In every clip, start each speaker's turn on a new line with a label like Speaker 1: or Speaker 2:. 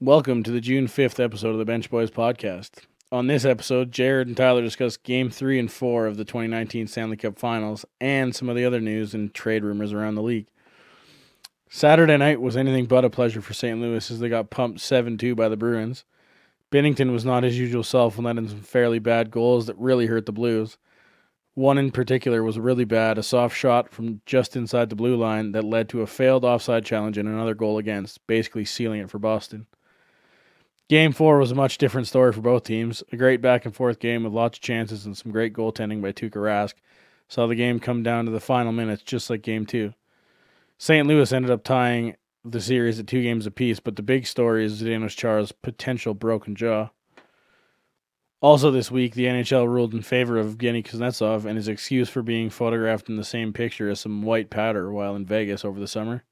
Speaker 1: Welcome to the June 5th episode of the Bench Boys podcast. On this episode, Jared and Tyler discuss game three and four of the 2019 Stanley Cup Finals and some of the other news and trade rumors around the league. Saturday night was anything but a pleasure for St. Louis as they got pumped 7 2 by the Bruins. Bennington was not his usual self and let in some fairly bad goals that really hurt the Blues. One in particular was really bad, a soft shot from just inside the blue line that led to a failed offside challenge and another goal against, basically sealing it for Boston. Game four was a much different story for both teams. A great back and forth game with lots of chances and some great goaltending by Tuukka Rask saw the game come down to the final minutes, just like game two. St. Louis ended up tying the series at two games apiece, but the big story is Zdeno Char's potential broken jaw. Also this week, the NHL ruled in favor of Evgeny Kuznetsov and his excuse for being photographed in the same picture as some white powder while in Vegas over the summer.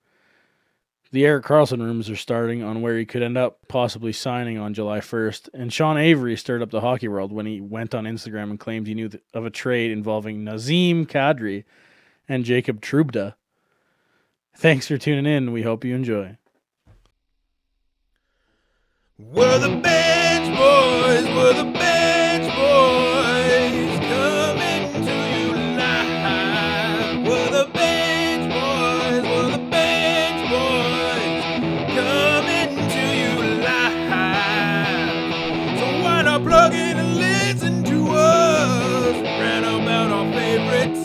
Speaker 1: The Eric Carlson rumors are starting on where he could end up possibly signing on July 1st, and Sean Avery stirred up the hockey world when he went on Instagram and claimed he knew th- of a trade involving Nazim Kadri and Jacob Trubda. Thanks for tuning in. We hope you enjoy.
Speaker 2: We're the Bench Boys, we're the Bench Boys, coming to you live. We're the Bench Boys, we're the Bench Boys, coming to you live. So why not plug in and listen to us, rant about our favorite teams.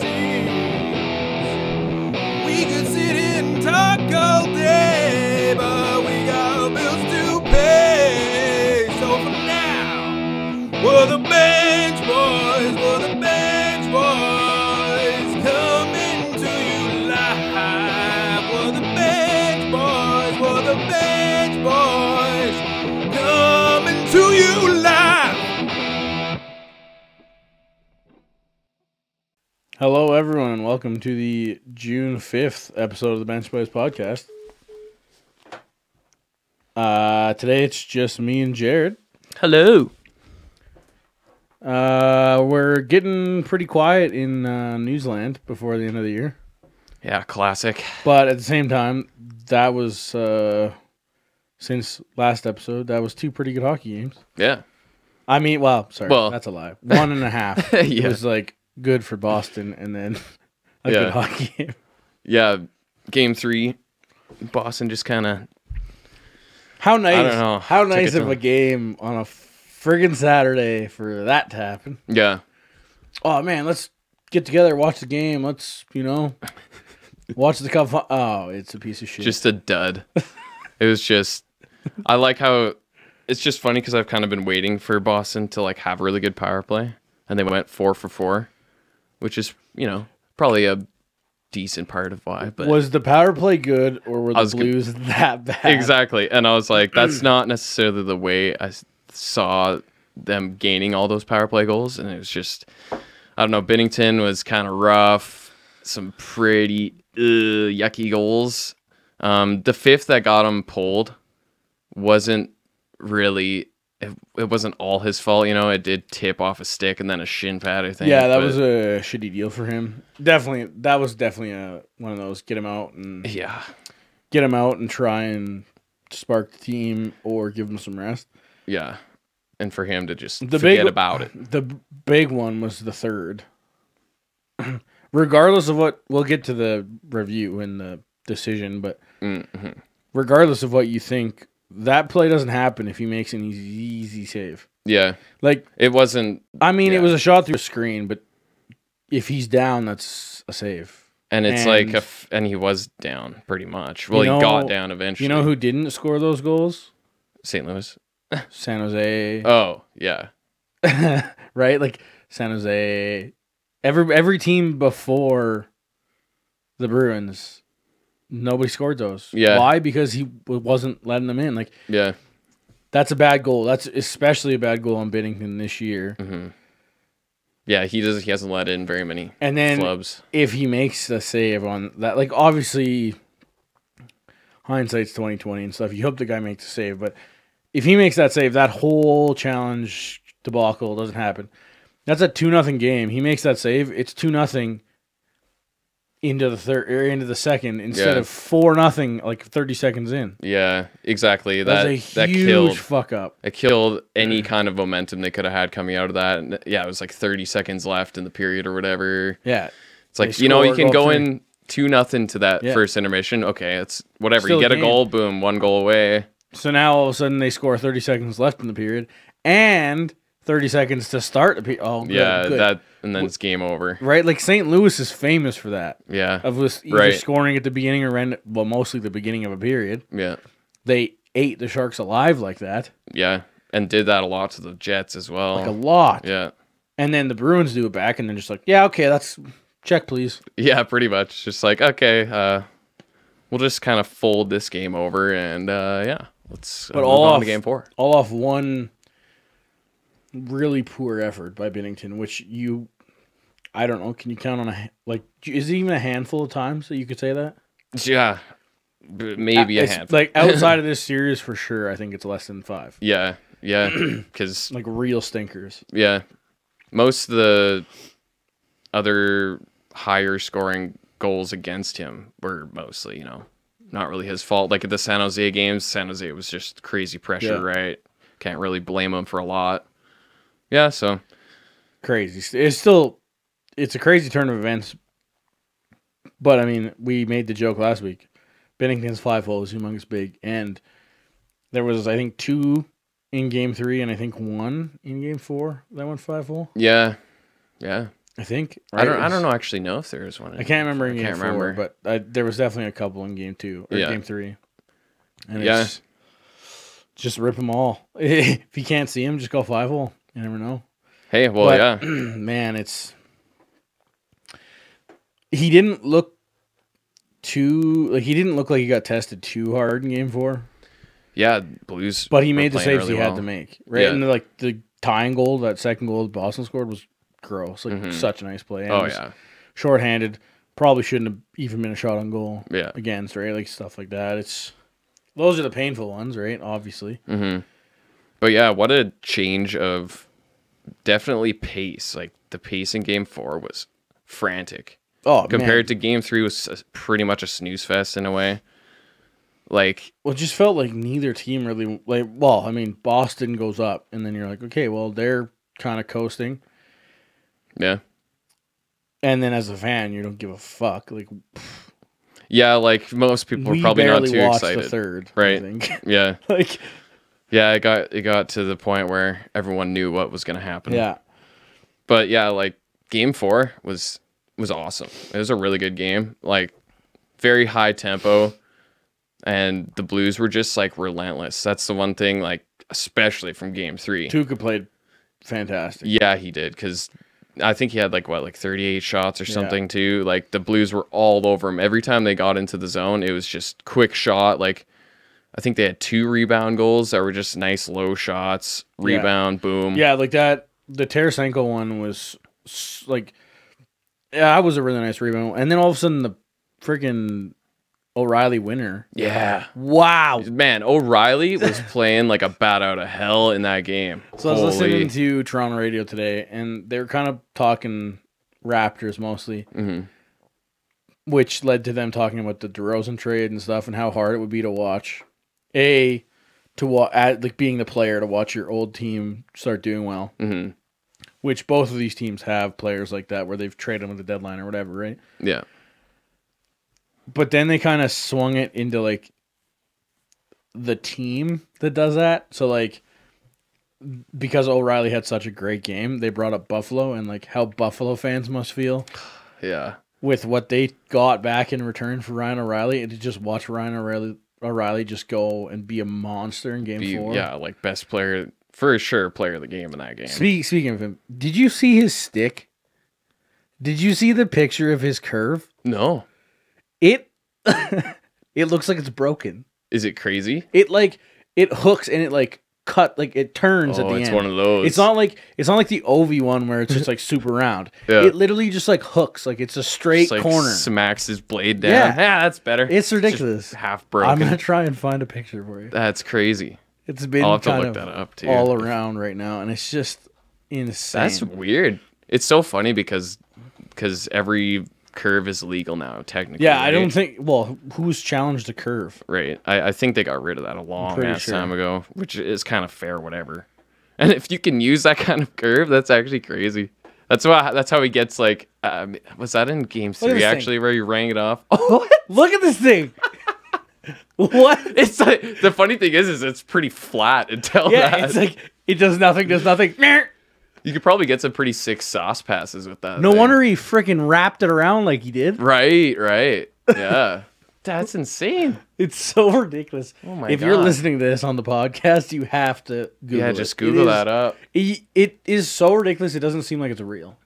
Speaker 2: We could sit and talk all day, but we got bills to pay. So for now, we're the bench boys, we're the bench boys, coming to you live. We're the bench boys, we're the bench boys, coming to you live.
Speaker 1: Hello, everyone, and welcome to the June 5th episode of the Bench Boys podcast. Uh, today it's just me and Jared.
Speaker 3: Hello.
Speaker 1: Uh, we're getting pretty quiet in uh, Newsland before the end of the year.
Speaker 3: Yeah, classic.
Speaker 1: But at the same time, that was uh, since last episode. That was two pretty good hockey games.
Speaker 3: Yeah.
Speaker 1: I mean, well, sorry,
Speaker 3: Well-
Speaker 1: that's a lie. One and a half. It
Speaker 3: Yeah.
Speaker 1: was like good for Boston, and then a
Speaker 3: Yeah.
Speaker 1: good hockey game.
Speaker 3: Yeah. Game three, Boston just kind of.
Speaker 1: How nice!
Speaker 3: don't know.
Speaker 1: How
Speaker 3: Took
Speaker 1: nice
Speaker 3: it
Speaker 1: of
Speaker 3: to-
Speaker 1: a game on a friggin' Saturday for that to happen.
Speaker 3: Yeah.
Speaker 1: Oh man, let's get together, watch the game. Let's you know, watch the cup. fi- Oh, it's a piece of shit.
Speaker 3: Just a dud. it was just. I like how. It's just funny because I've kind of been waiting for Boston to like have a really good power play, and they went four for four, which is you know probably a decent part of why. But
Speaker 1: was the power play good or were the
Speaker 3: was gonna-
Speaker 1: Blues that bad?
Speaker 3: exactly, and I was like,
Speaker 1: Mm.
Speaker 3: that's not necessarily the way I s- saw them gaining all those power play goals, and it was just I don't know. Bennington was kind of rough. Some pretty uh, yucky goals. Um, the fifth that got him pulled wasn't really. It, it wasn't all his fault, you know. It did tip off a stick and then a shin pad. I think.
Speaker 1: Yeah, that
Speaker 3: but-
Speaker 1: was a shitty deal for him. Definitely, that was definitely a one of those get him out and
Speaker 3: Yeah,
Speaker 1: get him out and try and spark the team or give him some rest.
Speaker 3: yeah. And for him to just
Speaker 1: The big-
Speaker 3: forget about it.
Speaker 1: The b- big one was the third. regardless of what, we'll get to the review and the decision, but
Speaker 3: Mhm.
Speaker 1: regardless of what you think, that play doesn't happen if he makes an easy, easy save.
Speaker 3: Yeah,
Speaker 1: Like,
Speaker 3: it wasn't,
Speaker 1: I mean,
Speaker 3: Yeah.
Speaker 1: it was a shot through a screen, but if he's down, that's a save.
Speaker 3: and it's
Speaker 1: And-
Speaker 3: like, a f- and he was down pretty much. Well,
Speaker 1: know-
Speaker 3: he got down eventually.
Speaker 1: You know who didn't score those goals?
Speaker 3: St. Louis.
Speaker 1: San Jose,
Speaker 3: Oh, yeah,
Speaker 1: right? Like San Jose, every every team before the Bruins, nobody scored those.
Speaker 3: Yeah.
Speaker 1: Why? Because he w- wasn't letting them in. Like
Speaker 3: yeah.
Speaker 1: that's a bad goal. That's especially a bad goal on Binnington this year.
Speaker 3: hmm Yeah, he does. He hasn't let in very many
Speaker 1: And then
Speaker 3: flubs.
Speaker 1: if he makes the save on that, like obviously hindsight's twenty twenty and stuff. You hope the guy makes the save, but if he makes that save, that whole challenge debacle doesn't happen. That's a two nothing game. He makes that save. It's two nothing. into the third or into the second instead
Speaker 3: Yeah.
Speaker 1: of four nothing like thirty seconds in.
Speaker 3: Yeah, exactly.
Speaker 1: That,
Speaker 3: That
Speaker 1: was a
Speaker 3: that
Speaker 1: huge
Speaker 3: killed
Speaker 1: fuck up.
Speaker 3: it killed any kind of momentum they could have had coming out of that. And yeah, it was like 30 seconds left in the period or whatever.
Speaker 1: Yeah,
Speaker 3: It's like
Speaker 1: They
Speaker 3: you know
Speaker 1: score,
Speaker 3: you can
Speaker 1: goal
Speaker 3: go
Speaker 1: three.
Speaker 3: in two nothing to that
Speaker 1: Yeah.
Speaker 3: first intermission. Okay, it's whatever.
Speaker 1: Still a
Speaker 3: you get a
Speaker 1: game.
Speaker 3: goal, boom, one goal away.
Speaker 1: So now all of a sudden they score 30 seconds left in the period and 30 seconds to start the pe- Oh, good,
Speaker 3: yeah,
Speaker 1: good.
Speaker 3: that and then it's game over.
Speaker 1: right. Like St. Louis is famous for that
Speaker 3: Yeah,
Speaker 1: of was either
Speaker 3: Right.
Speaker 1: scoring at the beginning or end. Well, mostly the beginning of a period.
Speaker 3: yeah,
Speaker 1: They ate the Sharks alive like that,
Speaker 3: yeah, and did that a lot to the Jets as well.
Speaker 1: like a lot.
Speaker 3: Oh, yeah,
Speaker 1: And then the Bruins do it back, and then just like, yeah, okay, that's check, please.
Speaker 3: yeah, pretty much. Just like okay, uh, we'll just kind of fold this game over and uh, yeah, let's uh,
Speaker 1: But
Speaker 3: move
Speaker 1: all
Speaker 3: on
Speaker 1: off-
Speaker 3: to game four.
Speaker 1: all off one really poor effort by Bennington, which you, I don't know, can you count on a ha- like? Is it even a handful of times that you could say that?
Speaker 3: Yeah, b- maybe a
Speaker 1: Uh, It's-
Speaker 3: handful.
Speaker 1: Like outside of this series, for sure, I think it's less than five.
Speaker 3: yeah, yeah, because
Speaker 1: Like real stinkers.
Speaker 3: Yeah. Most of the other higher scoring goals against him were mostly, you know, not really his fault. Like at the San Jose games, San Jose was just crazy pressure,
Speaker 1: Yeah.
Speaker 3: right? Can't really blame him for a lot. Yeah, so
Speaker 1: Crazy. It's still, it's a crazy turn of events. But I mean, we made the joke last week. Bennington's five hole is humongous big, and there was I think two in game three, and I think one in game four that went five hole.
Speaker 3: yeah. Yeah.
Speaker 1: I think.
Speaker 3: I don't
Speaker 1: right?
Speaker 3: I don't know actually know if there is one. in-
Speaker 1: I can't remember in
Speaker 3: I
Speaker 1: game
Speaker 3: can't
Speaker 1: four,
Speaker 3: remember.
Speaker 1: but I, there was definitely a couple in game two or
Speaker 3: Yeah.
Speaker 1: game three. And
Speaker 3: Yeah.
Speaker 1: it's just rip them all. if you can't see them, just go five hole. You never know.
Speaker 3: Hey, well
Speaker 1: But,
Speaker 3: yeah.
Speaker 1: man, it's he didn't look too like he didn't look like he got tested too hard in game four,
Speaker 3: Yeah, Blues
Speaker 1: but he
Speaker 3: were
Speaker 1: made the
Speaker 3: playing
Speaker 1: saves
Speaker 3: really
Speaker 1: he had
Speaker 3: well.
Speaker 1: to make. Right,
Speaker 3: Yeah.
Speaker 1: and like the tying goal, that second goal that Boston scored was gross. Like
Speaker 3: Mhm.
Speaker 1: such a nice play. And it
Speaker 3: Oh
Speaker 1: was-
Speaker 3: yeah.
Speaker 1: shorthanded. Probably shouldn't have even been a shot on goal
Speaker 3: Yeah.
Speaker 1: against, right? Like stuff like that. It's those are the painful ones, right? Obviously.
Speaker 3: hmm But yeah, what a change of definitely pace. Like the pace in game four was frantic
Speaker 1: Oh,
Speaker 3: compared to game three was s- pretty much a snooze fest in a way. Like
Speaker 1: well, it just felt like neither team really like. Well, I mean, Boston goes up, and then you're like, okay, well, they're kind of coasting,
Speaker 3: yeah,
Speaker 1: and then as a fan, you don't give a fuck. Like
Speaker 3: yeah. Like most people were
Speaker 1: we
Speaker 3: probably not
Speaker 1: barely
Speaker 3: too
Speaker 1: watched the
Speaker 3: excited.
Speaker 1: third, I
Speaker 3: Right.
Speaker 1: think.
Speaker 3: Yeah,
Speaker 1: like
Speaker 3: yeah. It got it got to the point where everyone knew what was gonna happen.
Speaker 1: yeah,
Speaker 3: but yeah, like game four was was awesome. It was a really good game, like very high tempo, and the Blues were just like relentless. That's the one thing, like especially from game three.
Speaker 1: Tuca played fantastic.
Speaker 3: Yeah, he did because I think he had like what like thirty eight shots or something too. Like the Blues were all over him every time they got into the zone. It was just quick shot. Like I think they had two rebound goals that were just nice low shots.
Speaker 1: Yeah.
Speaker 3: Rebound, boom.
Speaker 1: Yeah, like that. The Tarasenko one was s- like, yeah, that was a really nice rebound. And then all of a sudden, the freaking O'Reilly winner.
Speaker 3: Yeah.
Speaker 1: Wow.
Speaker 3: Man, O'Reilly was playing like a bat out of hell in that game.
Speaker 1: So I was
Speaker 3: Holy.
Speaker 1: listening to Toronto radio today, and they were kind of talking Raptors mostly,
Speaker 3: Mhm.
Speaker 1: which led to them talking about the DeRozan trade and stuff, and how hard it would be to watch. A to watch like being the player to watch your old team start doing well.
Speaker 3: Mhm.
Speaker 1: which both of these teams have players like that where they've traded them at the deadline or whatever, right?
Speaker 3: Yeah.
Speaker 1: But then they kind of swung it into like the team that does that. So like because O'Reilly had such a great game, they brought up Buffalo and like how Buffalo fans must feel
Speaker 3: Yeah.
Speaker 1: with what they got back in return for Ryan O'Reilly and to just watch Ryan O'Reilly O'Reilly just go and be a monster in game
Speaker 3: Be-
Speaker 1: four.
Speaker 3: yeah, like best player for sure player of the game in that game.
Speaker 1: Speak, speaking of him, did you see his stick? Did you see the picture of his curve?
Speaker 3: No.
Speaker 1: it it looks like it's broken
Speaker 3: Is it crazy?
Speaker 1: it like it hooks and it like cut like it turns at
Speaker 3: Oh,
Speaker 1: the
Speaker 3: it's
Speaker 1: end
Speaker 3: one of those.
Speaker 1: it's not like it's not like the ov one where it's just like super round
Speaker 3: Yeah.
Speaker 1: it literally just like hooks like it's a straight
Speaker 3: Just, like,
Speaker 1: corner
Speaker 3: Smacks his blade down.
Speaker 1: Yeah.
Speaker 3: Yeah, that's better.
Speaker 1: It's
Speaker 3: just
Speaker 1: ridiculous.
Speaker 3: half
Speaker 1: i'm
Speaker 3: broken.
Speaker 1: gonna try and find a picture for you
Speaker 3: that's crazy.
Speaker 1: it's been
Speaker 3: I'll have to
Speaker 1: kind
Speaker 3: look
Speaker 1: of
Speaker 3: that up, too.
Speaker 1: all around right now and it's just insane
Speaker 3: That's weird. It's so funny because because every curve is legal now, technically.
Speaker 1: Yeah, I
Speaker 3: right?
Speaker 1: don't think. Well, who's challenged the curve?
Speaker 3: Right. I, I think they got rid of that a long
Speaker 1: pretty
Speaker 3: ass
Speaker 1: sure.
Speaker 3: time ago, which is kind of fair, whatever. And if you can use that kind of curve, that's actually crazy. That's why. That's how he gets like. Um, was that in Game
Speaker 1: Look at
Speaker 3: Three
Speaker 1: this thing.
Speaker 3: actually where you rang it off? Oh,
Speaker 1: Look at this thing. what?
Speaker 3: it's like the funny thing is, is it's pretty flat until
Speaker 1: Yeah,
Speaker 3: that.
Speaker 1: it's like it does nothing, does nothing. Meh.
Speaker 3: you could probably get some pretty sick sauce passes with that.
Speaker 1: No
Speaker 3: thing.
Speaker 1: wonder he freaking wrapped it around like he did.
Speaker 3: Right. Right. Yeah. that's insane.
Speaker 1: It's so ridiculous. Oh
Speaker 3: my
Speaker 1: if you're
Speaker 3: God.
Speaker 1: listening to this on the podcast, you have to Google
Speaker 3: yeah,
Speaker 1: it.
Speaker 3: just
Speaker 1: It
Speaker 3: Google
Speaker 1: is-
Speaker 3: that up.
Speaker 1: It, it is so ridiculous. It doesn't seem like it's real.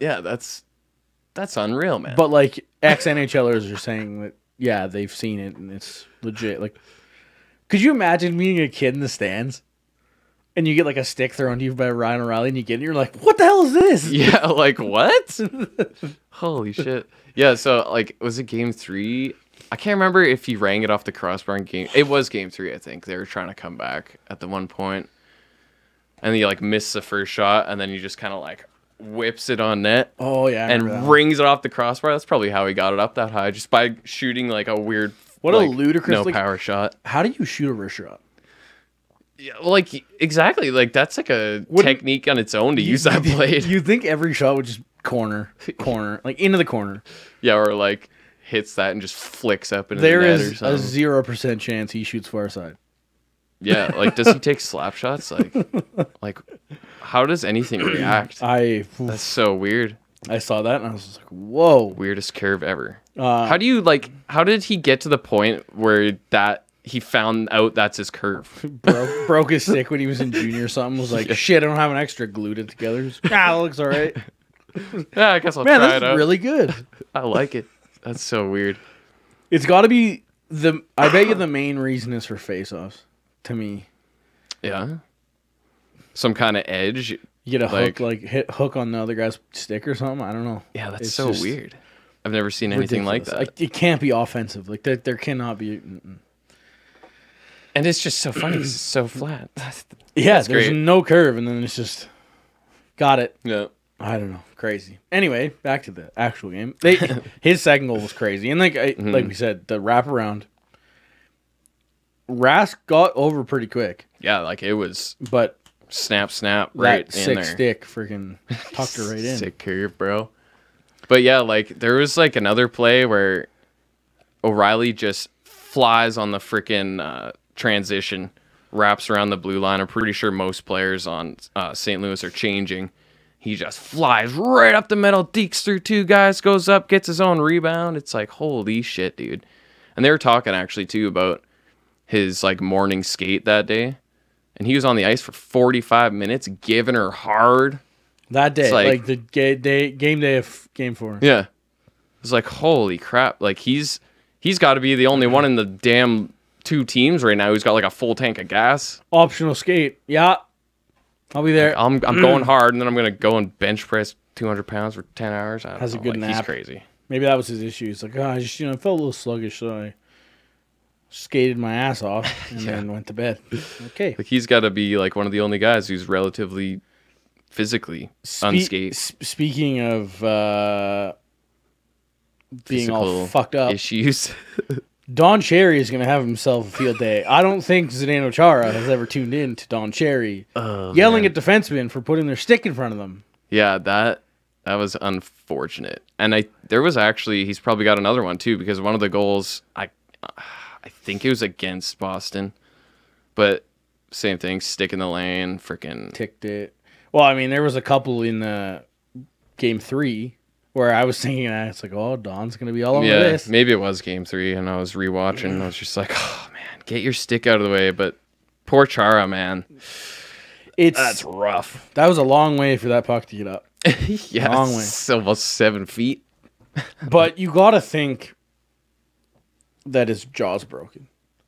Speaker 3: Yeah, that's that's unreal, man.
Speaker 1: But like ex NHLers are saying that yeah, they've seen it and it's legit. Like could you imagine being a kid in the stands and you get like a stick thrown to you by Ryan O'Reilly and you get it and you're like, What the hell is this?
Speaker 3: Yeah, like what? Holy shit. Yeah, so like was it game three? I can't remember if he rang it off the crossbar in game it was game three, I think. They were trying to come back at the one point. And he like missed the first shot and then he just kinda like whips it on net
Speaker 1: Oh yeah. I remember that
Speaker 3: and
Speaker 1: one.
Speaker 3: rings it off the crossbar. That's probably how he got it up that high, just by shooting like a weird
Speaker 1: What a
Speaker 3: like,
Speaker 1: ludicrous,
Speaker 3: no
Speaker 1: like-
Speaker 3: power shot.
Speaker 1: how do you shoot a wrist shot?
Speaker 3: Yeah, well, like exactly. Like that's like a
Speaker 1: Wouldn't-
Speaker 3: technique on its own to use that blade.
Speaker 1: You think every shot would just corner, corner, like into the corner.
Speaker 3: Yeah, or like hits that and just flicks up into
Speaker 1: There
Speaker 3: the net or
Speaker 1: is a
Speaker 3: something.
Speaker 1: zero percent chance he shoots far side.
Speaker 3: yeah, like does he take slap shots? Like, like how does anything react?
Speaker 1: I
Speaker 3: That's so weird.
Speaker 1: I saw that and I was just like, whoa.
Speaker 3: Weirdest curve ever.
Speaker 1: Uh,
Speaker 3: how do you like? How did he get to the point where that he found out that's his curve?
Speaker 1: broke broke his stick when he was in junior or something. Was like, shit, I don't have an extra. Glued it together. Ah, looks all right.
Speaker 3: Yeah, I guess I'll
Speaker 1: Man,
Speaker 3: try it
Speaker 1: that's
Speaker 3: out.
Speaker 1: really good.
Speaker 3: I like it. That's so weird.
Speaker 1: It's got to be the. I bet you the main reason is for face-offs. To me,
Speaker 3: Yeah, some kind of edge.
Speaker 1: you get a
Speaker 3: Like-
Speaker 1: hook, like hit hook on the other guy's stick or something. I don't know.
Speaker 3: Yeah, that's
Speaker 1: It's
Speaker 3: so
Speaker 1: just
Speaker 3: weird. I've never seen anything like that.
Speaker 1: ridiculous. Like, it can't be offensive. Like there, there cannot be. mm-mm.
Speaker 3: and it's just so funny. 'cause it's so flat.
Speaker 1: Yeah, there's
Speaker 3: great.
Speaker 1: no curve, and then it's just got it.
Speaker 3: yeah.
Speaker 1: I don't know, crazy. Anyway, back to the actual game. They his second goal was crazy, and like I,
Speaker 3: Mm-hmm.
Speaker 1: like we said, the wraparound. Rask got over pretty quick,
Speaker 3: Yeah, like it was
Speaker 1: but
Speaker 3: snap, snap, right
Speaker 1: that
Speaker 3: in
Speaker 1: sick
Speaker 3: there.
Speaker 1: stick freaking tucked her right in.
Speaker 3: Sick curve, bro. But yeah, like there was like another play where O'Reilly just flies on the freaking uh, transition, wraps around the blue line. I'm pretty sure most players on uh, St. Louis are changing. He just flies right up the middle, deeks through two guys, goes up, gets his own rebound. It's like holy shit, dude. And they were talking actually too about his like morning skate that day. And he was on the ice for 45 minutes, giving her hard.
Speaker 1: That day,
Speaker 3: It's
Speaker 1: like,
Speaker 3: like-
Speaker 1: the ga- day game day of f- game four.
Speaker 3: Yeah. It's like, holy crap. Like he's he's gotta be the only one in the damn two teams right now who's got like a full tank of gas.
Speaker 1: Optional skate. Yeah, I'll be there.
Speaker 3: I'm I'm going hard and then I'm gonna go and bench press two hundred pounds for ten hours. I don't
Speaker 1: Has a
Speaker 3: know.
Speaker 1: good
Speaker 3: like,
Speaker 1: nap.
Speaker 3: He's crazy.
Speaker 1: Maybe that was his issue. He's like, oh, I just you know, I felt a little sluggish, so I skated my ass off and then went to bed. Okay.
Speaker 3: Like he's gotta be like one of the only guys who's relatively physically
Speaker 1: Spe-
Speaker 3: unscathed.
Speaker 1: s- speaking of uh, being all
Speaker 3: Physical
Speaker 1: fucked up,
Speaker 3: Issues.
Speaker 1: Don Cherry is going to have himself a field day. I don't think Zdeno Chara has ever tuned in to Don Cherry
Speaker 3: Oh,
Speaker 1: yelling at defensemen for putting their stick in front of them.
Speaker 3: Yeah, that that was unfortunate. And I there was actually he's probably got another one too because one of the goals I I think it was against Boston, but same thing, stick in the lane, freaking
Speaker 1: Ticked it. Well, I mean, there was a couple in uh, game three where I was thinking that it's like, oh, Don's going to be all over
Speaker 3: yeah.
Speaker 1: this.
Speaker 3: Maybe it was game three, and I was rewatching. And I was just like, oh man, get your stick out of the way, but. Poor Chara, man.
Speaker 1: It's
Speaker 3: That's rough.
Speaker 1: that was a long way for that puck to get up.
Speaker 3: yeah,
Speaker 1: Long way.
Speaker 3: it's almost seven feet.
Speaker 1: But you got to think that his jaw's broken.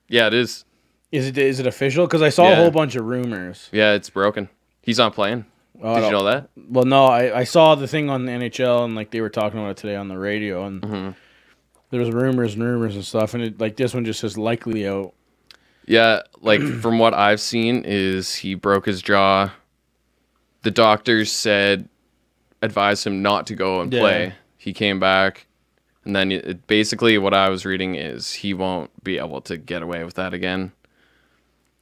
Speaker 3: Yeah, it is.
Speaker 1: Is it is it official? Because I saw a
Speaker 3: Yeah.
Speaker 1: whole bunch of rumors.
Speaker 3: Yeah, it's broken. He's not playing.
Speaker 1: Oh, I
Speaker 3: Did you
Speaker 1: don't-
Speaker 3: know that?
Speaker 1: Well, no, I, I saw the thing on the NHL and like they were talking about it today on the radio and
Speaker 3: Mm-hmm.
Speaker 1: there was rumors and rumors and stuff and it, like this one just says likely out.
Speaker 3: Yeah, like from what I've seen is he broke his jaw. The doctors said advised him not to go and
Speaker 1: Yeah.
Speaker 3: play. He came back, and then it, basically what I was reading is he won't be able to get away with that again,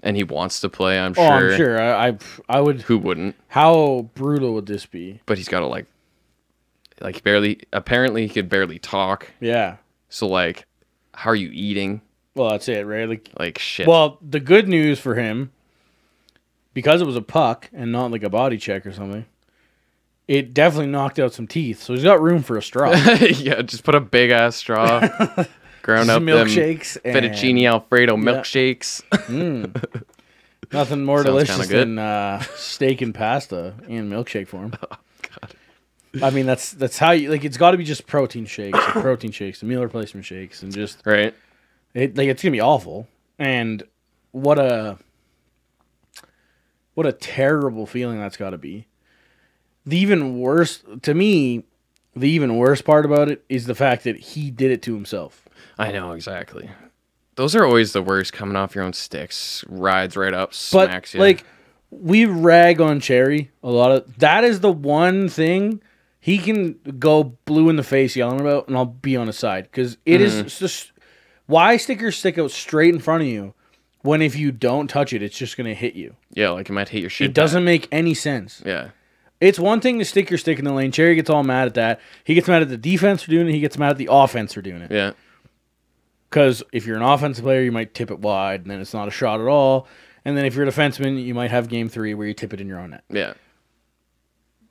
Speaker 3: and he wants to play. I'm
Speaker 1: Oh,
Speaker 3: sure.
Speaker 1: I'm sure. I, I I would.
Speaker 3: Who wouldn't?
Speaker 1: How brutal would this be?
Speaker 3: But he's got to like, like barely. Apparently, he could barely talk.
Speaker 1: Yeah.
Speaker 3: So like, how are you eating?
Speaker 1: Well, that's it, right? Like,
Speaker 3: Like shit.
Speaker 1: well, the good news for him, because it was a puck and not like a body check or something, it definitely knocked out some teeth. So he's got room for a straw.
Speaker 3: yeah, just put a big ass straw, ground up
Speaker 1: some
Speaker 3: milkshake,
Speaker 1: milkshakes,
Speaker 3: them
Speaker 1: and
Speaker 3: fettuccine alfredo milkshakes.
Speaker 1: Mm. Nothing more
Speaker 3: Sounds kinda
Speaker 1: delicious
Speaker 3: good.
Speaker 1: than uh, steak and pasta in milkshake form.
Speaker 3: Oh,
Speaker 1: I mean, that's that's how you like. It's got to be just protein shakes, and protein shakes, and meal replacement shakes, and just
Speaker 3: right.
Speaker 1: it, like it's gonna be awful. And what a what a terrible feeling that's got to be. The even worse to me, the even worse part about it is the fact that he did it to himself.
Speaker 3: I know exactly. Those are always the worst. Coming off your own sticks, rides right up,
Speaker 1: But
Speaker 3: smacks you.
Speaker 1: like we rag on Cherry a lot of that is the one thing he can go blue in the face yelling about, and I'll be on his side because it is just why stickers stick out straight in front of you when if you don't touch it, it's just gonna hit you.
Speaker 3: yeah, like you might hit your shit.
Speaker 1: It doesn't make any sense.
Speaker 3: back. Yeah,
Speaker 1: It's one thing to stick your stick in the lane. Cherry gets all mad at that. He gets mad at the defense for doing it. He gets mad at the offense for doing it.
Speaker 3: yeah,
Speaker 1: Because if you're an offensive player, you might tip it wide, and then it's not a shot at all. And then if you're a defenseman, you might have game three where you tip it in your own net.
Speaker 3: yeah.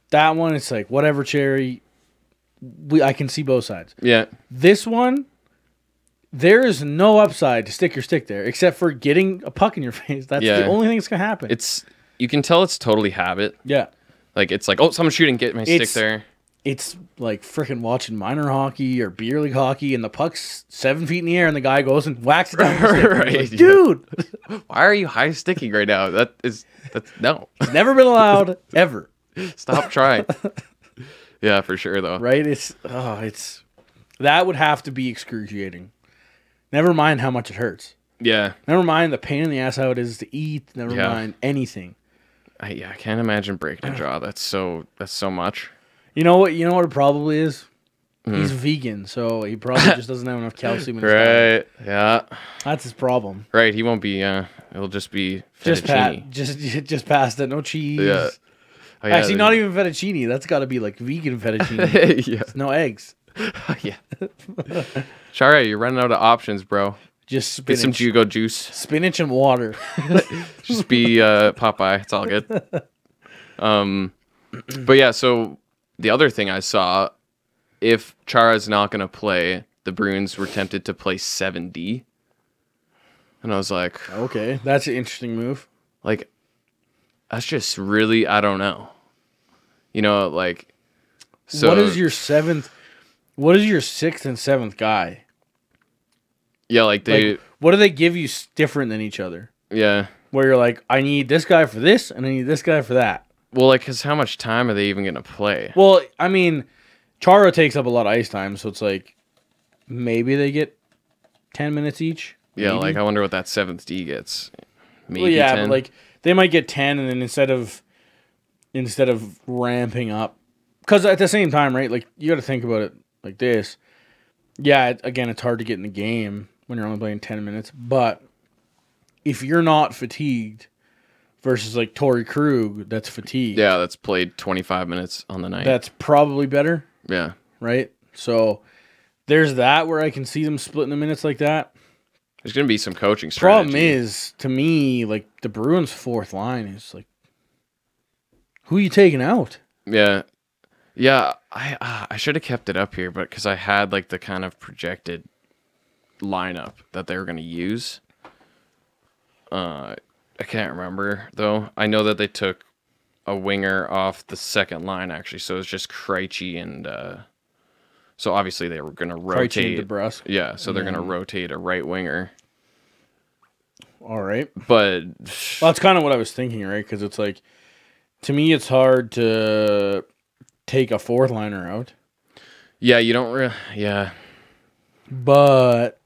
Speaker 1: That one, it's like whatever, Cherry. We I can see both sides.
Speaker 3: Yeah,
Speaker 1: This one, there is no upside to stick your stick there, except for getting a puck in your face. That's
Speaker 3: Yeah.
Speaker 1: the only thing that's gonna happen.
Speaker 3: it's you can tell it's totally habit.
Speaker 1: yeah.
Speaker 3: Like it's like, oh, someone's shooting, get my stick
Speaker 1: It's-
Speaker 3: there.
Speaker 1: it's like freaking watching minor hockey or beer league hockey, and the puck's seven feet in the air, and the guy goes and whacks it down. the stick.
Speaker 3: Right,
Speaker 1: Like,
Speaker 3: yeah.
Speaker 1: Dude,
Speaker 3: Why are you high sticking right now? That is that's no.
Speaker 1: never been allowed ever.
Speaker 3: Stop trying. yeah, for sure though.
Speaker 1: Right? It's oh, it's that would have to be excruciating. Never mind how much it hurts.
Speaker 3: Yeah,
Speaker 1: Never mind the pain in the ass how it is to eat. Never
Speaker 3: Yeah.
Speaker 1: mind anything.
Speaker 3: I, yeah. I can't imagine breaking a jaw. That's so that's so much.
Speaker 1: You know what? You know what it probably is.
Speaker 3: Hmm.
Speaker 1: He's vegan, so he probably just doesn't have enough calcium. in his diet.
Speaker 3: Right. Yeah.
Speaker 1: That's his problem.
Speaker 3: Right. He won't be. Uh, it'll just be fettuccine.
Speaker 1: Just pat, just just past it. No cheese.
Speaker 3: Yeah. Oh, yeah,
Speaker 1: Actually, not even fettuccine. That's got to be like vegan fettuccine.
Speaker 3: yeah.
Speaker 1: no eggs.
Speaker 3: yeah. Shara, you're running out of options, bro.
Speaker 1: Just
Speaker 3: Get
Speaker 1: spinach.
Speaker 3: some Jugo juice.
Speaker 1: spinach and water.
Speaker 3: Just be uh, Popeye. It's all good. Um, but yeah. So the other thing I saw, if Chara's not gonna play, the Bruins were tempted to play 7D. And I was like,
Speaker 1: okay, that's an interesting move.
Speaker 3: like that's just really I don't know. You know, like so
Speaker 1: what is your seventh? What is your sixth and seventh guy?
Speaker 3: yeah, like they
Speaker 1: Like, what do they give you s- different than each other?
Speaker 3: yeah.
Speaker 1: Where you're like, I need this guy for this, and I need this guy for that.
Speaker 3: Well, like, cause how much time are they even gonna play?
Speaker 1: Well, I mean, Charo takes up a lot of ice time, so it's like maybe they get ten minutes each.
Speaker 3: Yeah,
Speaker 1: maybe.
Speaker 3: like I wonder what that seventh D gets. Maybe
Speaker 1: Well, yeah,
Speaker 3: 10?
Speaker 1: but like they might get ten, and then instead of instead of ramping up, because at the same time, right? Like you got to think about it like this. Yeah, it, again, it's hard to get in the game when you're only playing ten minutes, but if you're not fatigued versus like Tory Krug, that's fatigued.
Speaker 3: yeah, that's played twenty five minutes on the night.
Speaker 1: that's probably better,
Speaker 3: yeah,
Speaker 1: right? So there's that where I can see them splitting the minutes like that.
Speaker 3: there's gonna be some coaching strategy.
Speaker 1: Problem is, to me, like the Bruins' fourth line is like, who you taking out?
Speaker 3: yeah, yeah. I uh, I should have kept it up here, but because I had like the kind of projected lineup that they were gonna use. Uh, I can't remember though. I know that they took a winger off the second line actually, so it's just Krejci and. uh so obviously they were gonna
Speaker 1: Krejci
Speaker 3: rotate.
Speaker 1: and Mm-hmm. DeBrusque.
Speaker 3: Yeah, so they're gonna rotate a right winger,
Speaker 1: All right.
Speaker 3: but
Speaker 1: Well, that's kind of what I was thinking, right? Because it's like, to me, it's hard to take a fourth liner out,
Speaker 3: yeah, you don't. Re- yeah,
Speaker 1: but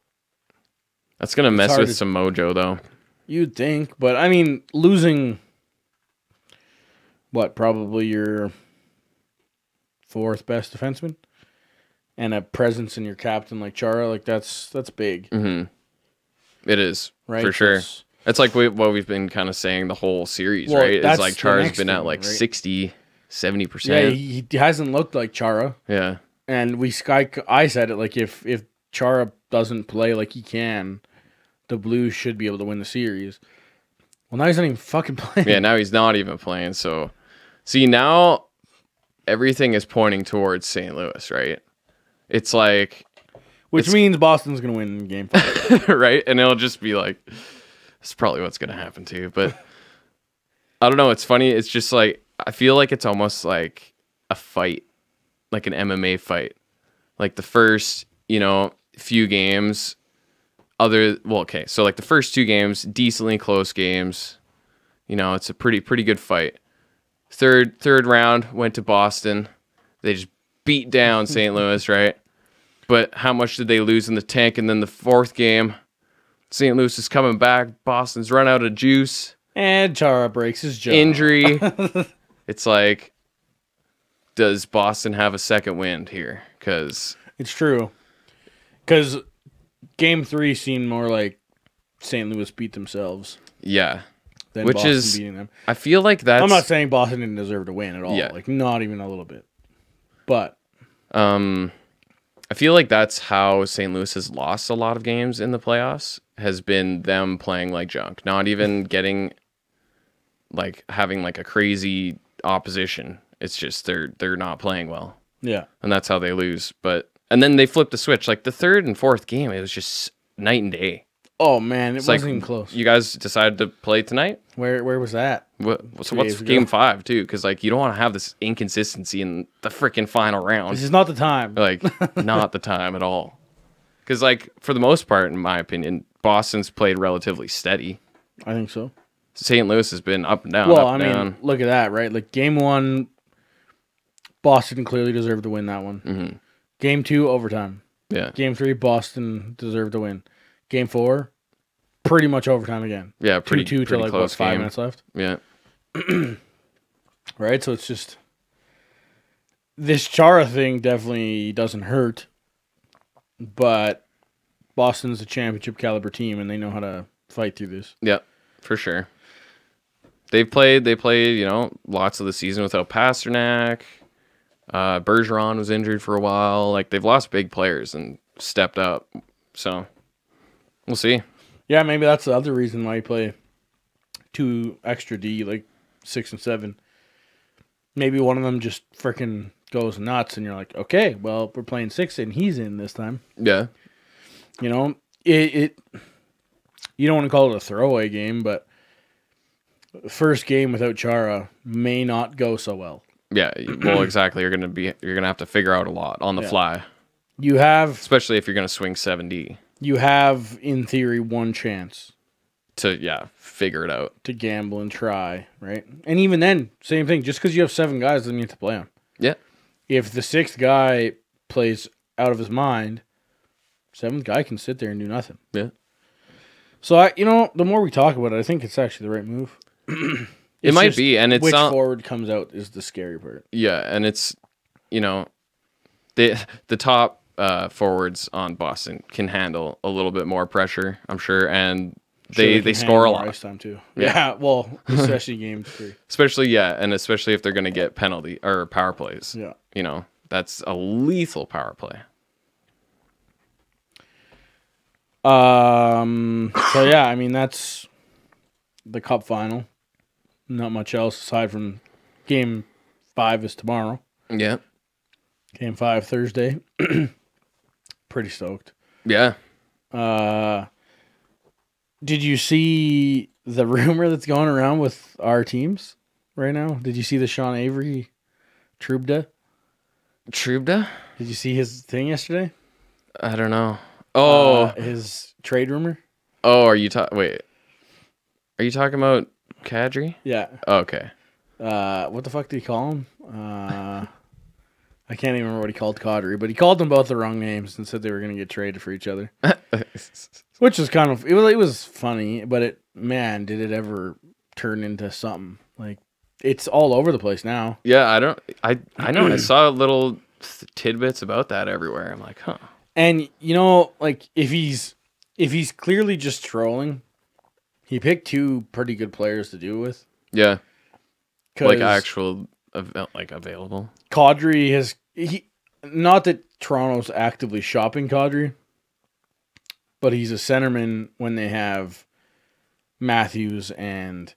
Speaker 3: that's gonna mess
Speaker 1: hard
Speaker 3: with
Speaker 1: to-
Speaker 3: some mojo though.
Speaker 1: you'd think. But I mean, losing what probably your fourth best defenseman and a presence in your captain like Chara, like that's that's big,
Speaker 3: Mm-hmm. It is
Speaker 1: right?
Speaker 3: for sure.
Speaker 1: That's-
Speaker 3: That's like we, what we've been kind of saying the whole series,
Speaker 1: Well,
Speaker 3: right?
Speaker 1: that's
Speaker 3: It's like
Speaker 1: the
Speaker 3: Char's
Speaker 1: next
Speaker 3: been
Speaker 1: thing,
Speaker 3: at like
Speaker 1: right?
Speaker 3: sixty, seventy 60, 70
Speaker 1: yeah,
Speaker 3: percent.
Speaker 1: he, he hasn't looked like Chara,
Speaker 3: Yeah,
Speaker 1: and we sky. I said it like if if Chara doesn't play like he can, the Blues should be able to win the series. Well, now he's not even fucking playing.
Speaker 3: yeah. Now he's not even playing. So, see now, everything is pointing towards St. Louis, right? It's like
Speaker 1: Which means Boston's gonna win game five.
Speaker 3: right? And it'll just be like, that's probably what's going to happen to you. But I don't know. It's funny. It's just like, I feel like it's almost like a fight, like an MMA fight. Like the first, you know, few games, other, well, okay. So like the first two games, decently close games. You know, it's a pretty, pretty good fight. Third, third round went to Boston. They just beat down St. Louis, right? but how much did they lose in the tank? And then the fourth game, St. Louis is coming back. Boston's run out of juice,
Speaker 1: and Chara breaks his jaw.
Speaker 3: injury. it's like, does Boston have a second wind here? Because
Speaker 1: It's true. Because game three seemed more like St. Louis beat themselves
Speaker 3: yeah,
Speaker 1: than
Speaker 3: Which
Speaker 1: Boston
Speaker 3: is-
Speaker 1: beating them.
Speaker 3: I feel like that's
Speaker 1: I'm not saying Boston didn't deserve to win at all.
Speaker 3: Yeah.
Speaker 1: Like, not even a little bit. But
Speaker 3: Um, I feel like that's how St. Louis has lost a lot of games in the playoffs has been them playing like junk, not even getting like having like a crazy opposition. It's just they're they're not playing well,
Speaker 1: yeah,
Speaker 3: and that's how they lose. But and then they flip the switch. Like the third and fourth game, it was just night and day.
Speaker 1: oh man, it
Speaker 3: It's
Speaker 1: wasn't
Speaker 3: like
Speaker 1: even close.
Speaker 3: You guys decided to play tonight.
Speaker 1: where where was that?
Speaker 3: What,
Speaker 1: Two
Speaker 3: so
Speaker 1: days
Speaker 3: what's
Speaker 1: ago.
Speaker 3: game five too? Because like you don't want to have this inconsistency in the freaking final round
Speaker 1: This is not the time.
Speaker 3: like not the time at all because like for the most part in my opinion boston's played relatively steady
Speaker 1: I think so.
Speaker 3: st louis has been up and down
Speaker 1: Well,
Speaker 3: up
Speaker 1: I
Speaker 3: and
Speaker 1: mean,
Speaker 3: down
Speaker 1: look at that, right? Like game one, Boston clearly deserved to win that one.
Speaker 3: Mm-hmm.
Speaker 1: Game two, overtime.
Speaker 3: yeah
Speaker 1: Game three, Boston deserved to win. Game four, pretty much overtime again.
Speaker 3: yeah pretty,
Speaker 1: two two till
Speaker 3: pretty
Speaker 1: like what,
Speaker 3: close
Speaker 1: five
Speaker 3: game
Speaker 1: minutes left,
Speaker 3: yeah
Speaker 1: right? So it's just this Chara thing definitely doesn't hurt, but Boston's a championship caliber team and they know how to fight through this.
Speaker 3: yeah for sure they've played they played you know lots of the season without pasternak uh bergeron was injured for a while like they've lost big players and stepped up so we'll see
Speaker 1: Yeah, maybe that's the other reason why you play two extra D, like six and seven. Maybe one of them just freaking goes nuts, and you're like, okay, well, we're playing six, and he's in this time.
Speaker 3: yeah
Speaker 1: You know, it, it you don't want to call it a throwaway game, but the first game without Chara may not go so well.
Speaker 3: yeah well exactly you're gonna be you're gonna have to figure out a lot on the
Speaker 1: Yeah.
Speaker 3: fly
Speaker 1: You have
Speaker 3: especially if you're going to swing 70
Speaker 1: you have in theory one chance
Speaker 3: to yeah figure it out
Speaker 1: to gamble and try, right? And even then, same thing. Just because you have seven guys doesn't mean you have to play them.
Speaker 3: yeah
Speaker 1: If the sixth guy plays out of his mind, seventh guy can sit there and do nothing.
Speaker 3: yeah
Speaker 1: So I, you know, the more we talk about it, I think it's actually the right move.
Speaker 3: it
Speaker 1: It's
Speaker 3: might
Speaker 1: just
Speaker 3: be and it's
Speaker 1: Which
Speaker 3: not
Speaker 1: forward comes out is the scary part.
Speaker 3: yeah and it's you know the the top uh forwards on boston can handle a little bit more pressure i'm sure and
Speaker 1: Sure,
Speaker 3: they
Speaker 1: can
Speaker 3: they score a
Speaker 1: handle
Speaker 3: lot
Speaker 1: ice time too. Yeah, well, especially game three.
Speaker 3: especially yeah and especially if they're going to get penalty or power plays
Speaker 1: Yeah.
Speaker 3: you know that's a lethal power play
Speaker 1: Um. So yeah, I mean that's the cup final. Not much else aside from game five is tomorrow.
Speaker 3: yeah
Speaker 1: Game five Thursday. Pretty stoked.
Speaker 3: yeah
Speaker 1: Uh, did you see the rumor that's going around with our teams right now? Did you see the Sean Avery Trubda?
Speaker 3: trubda
Speaker 1: Did you see his thing yesterday?
Speaker 3: i don't know oh
Speaker 1: Uh, his trade rumor.
Speaker 3: oh are you talking wait are you talking about kadri
Speaker 1: Yeah.
Speaker 3: okay
Speaker 1: Uh, what the fuck did he call him? Uh, I can't even remember what he called Codry, but he called them both the wrong names and said they were gonna get traded for each other, which is kind of it was, it was funny, but it man did it ever turn into something like it's all over the place now.
Speaker 3: yeah, I don't. I I know. I saw a little th- tidbits about that everywhere. I'm like, huh.
Speaker 1: And you know, like if he's if he's clearly just trolling, he picked two pretty good players to do with.
Speaker 3: Yeah,
Speaker 1: 'cause
Speaker 3: like actual av- like available.
Speaker 1: Kadri has he not that Toronto's actively shopping Kadri, but he's a centerman when they have Matthews and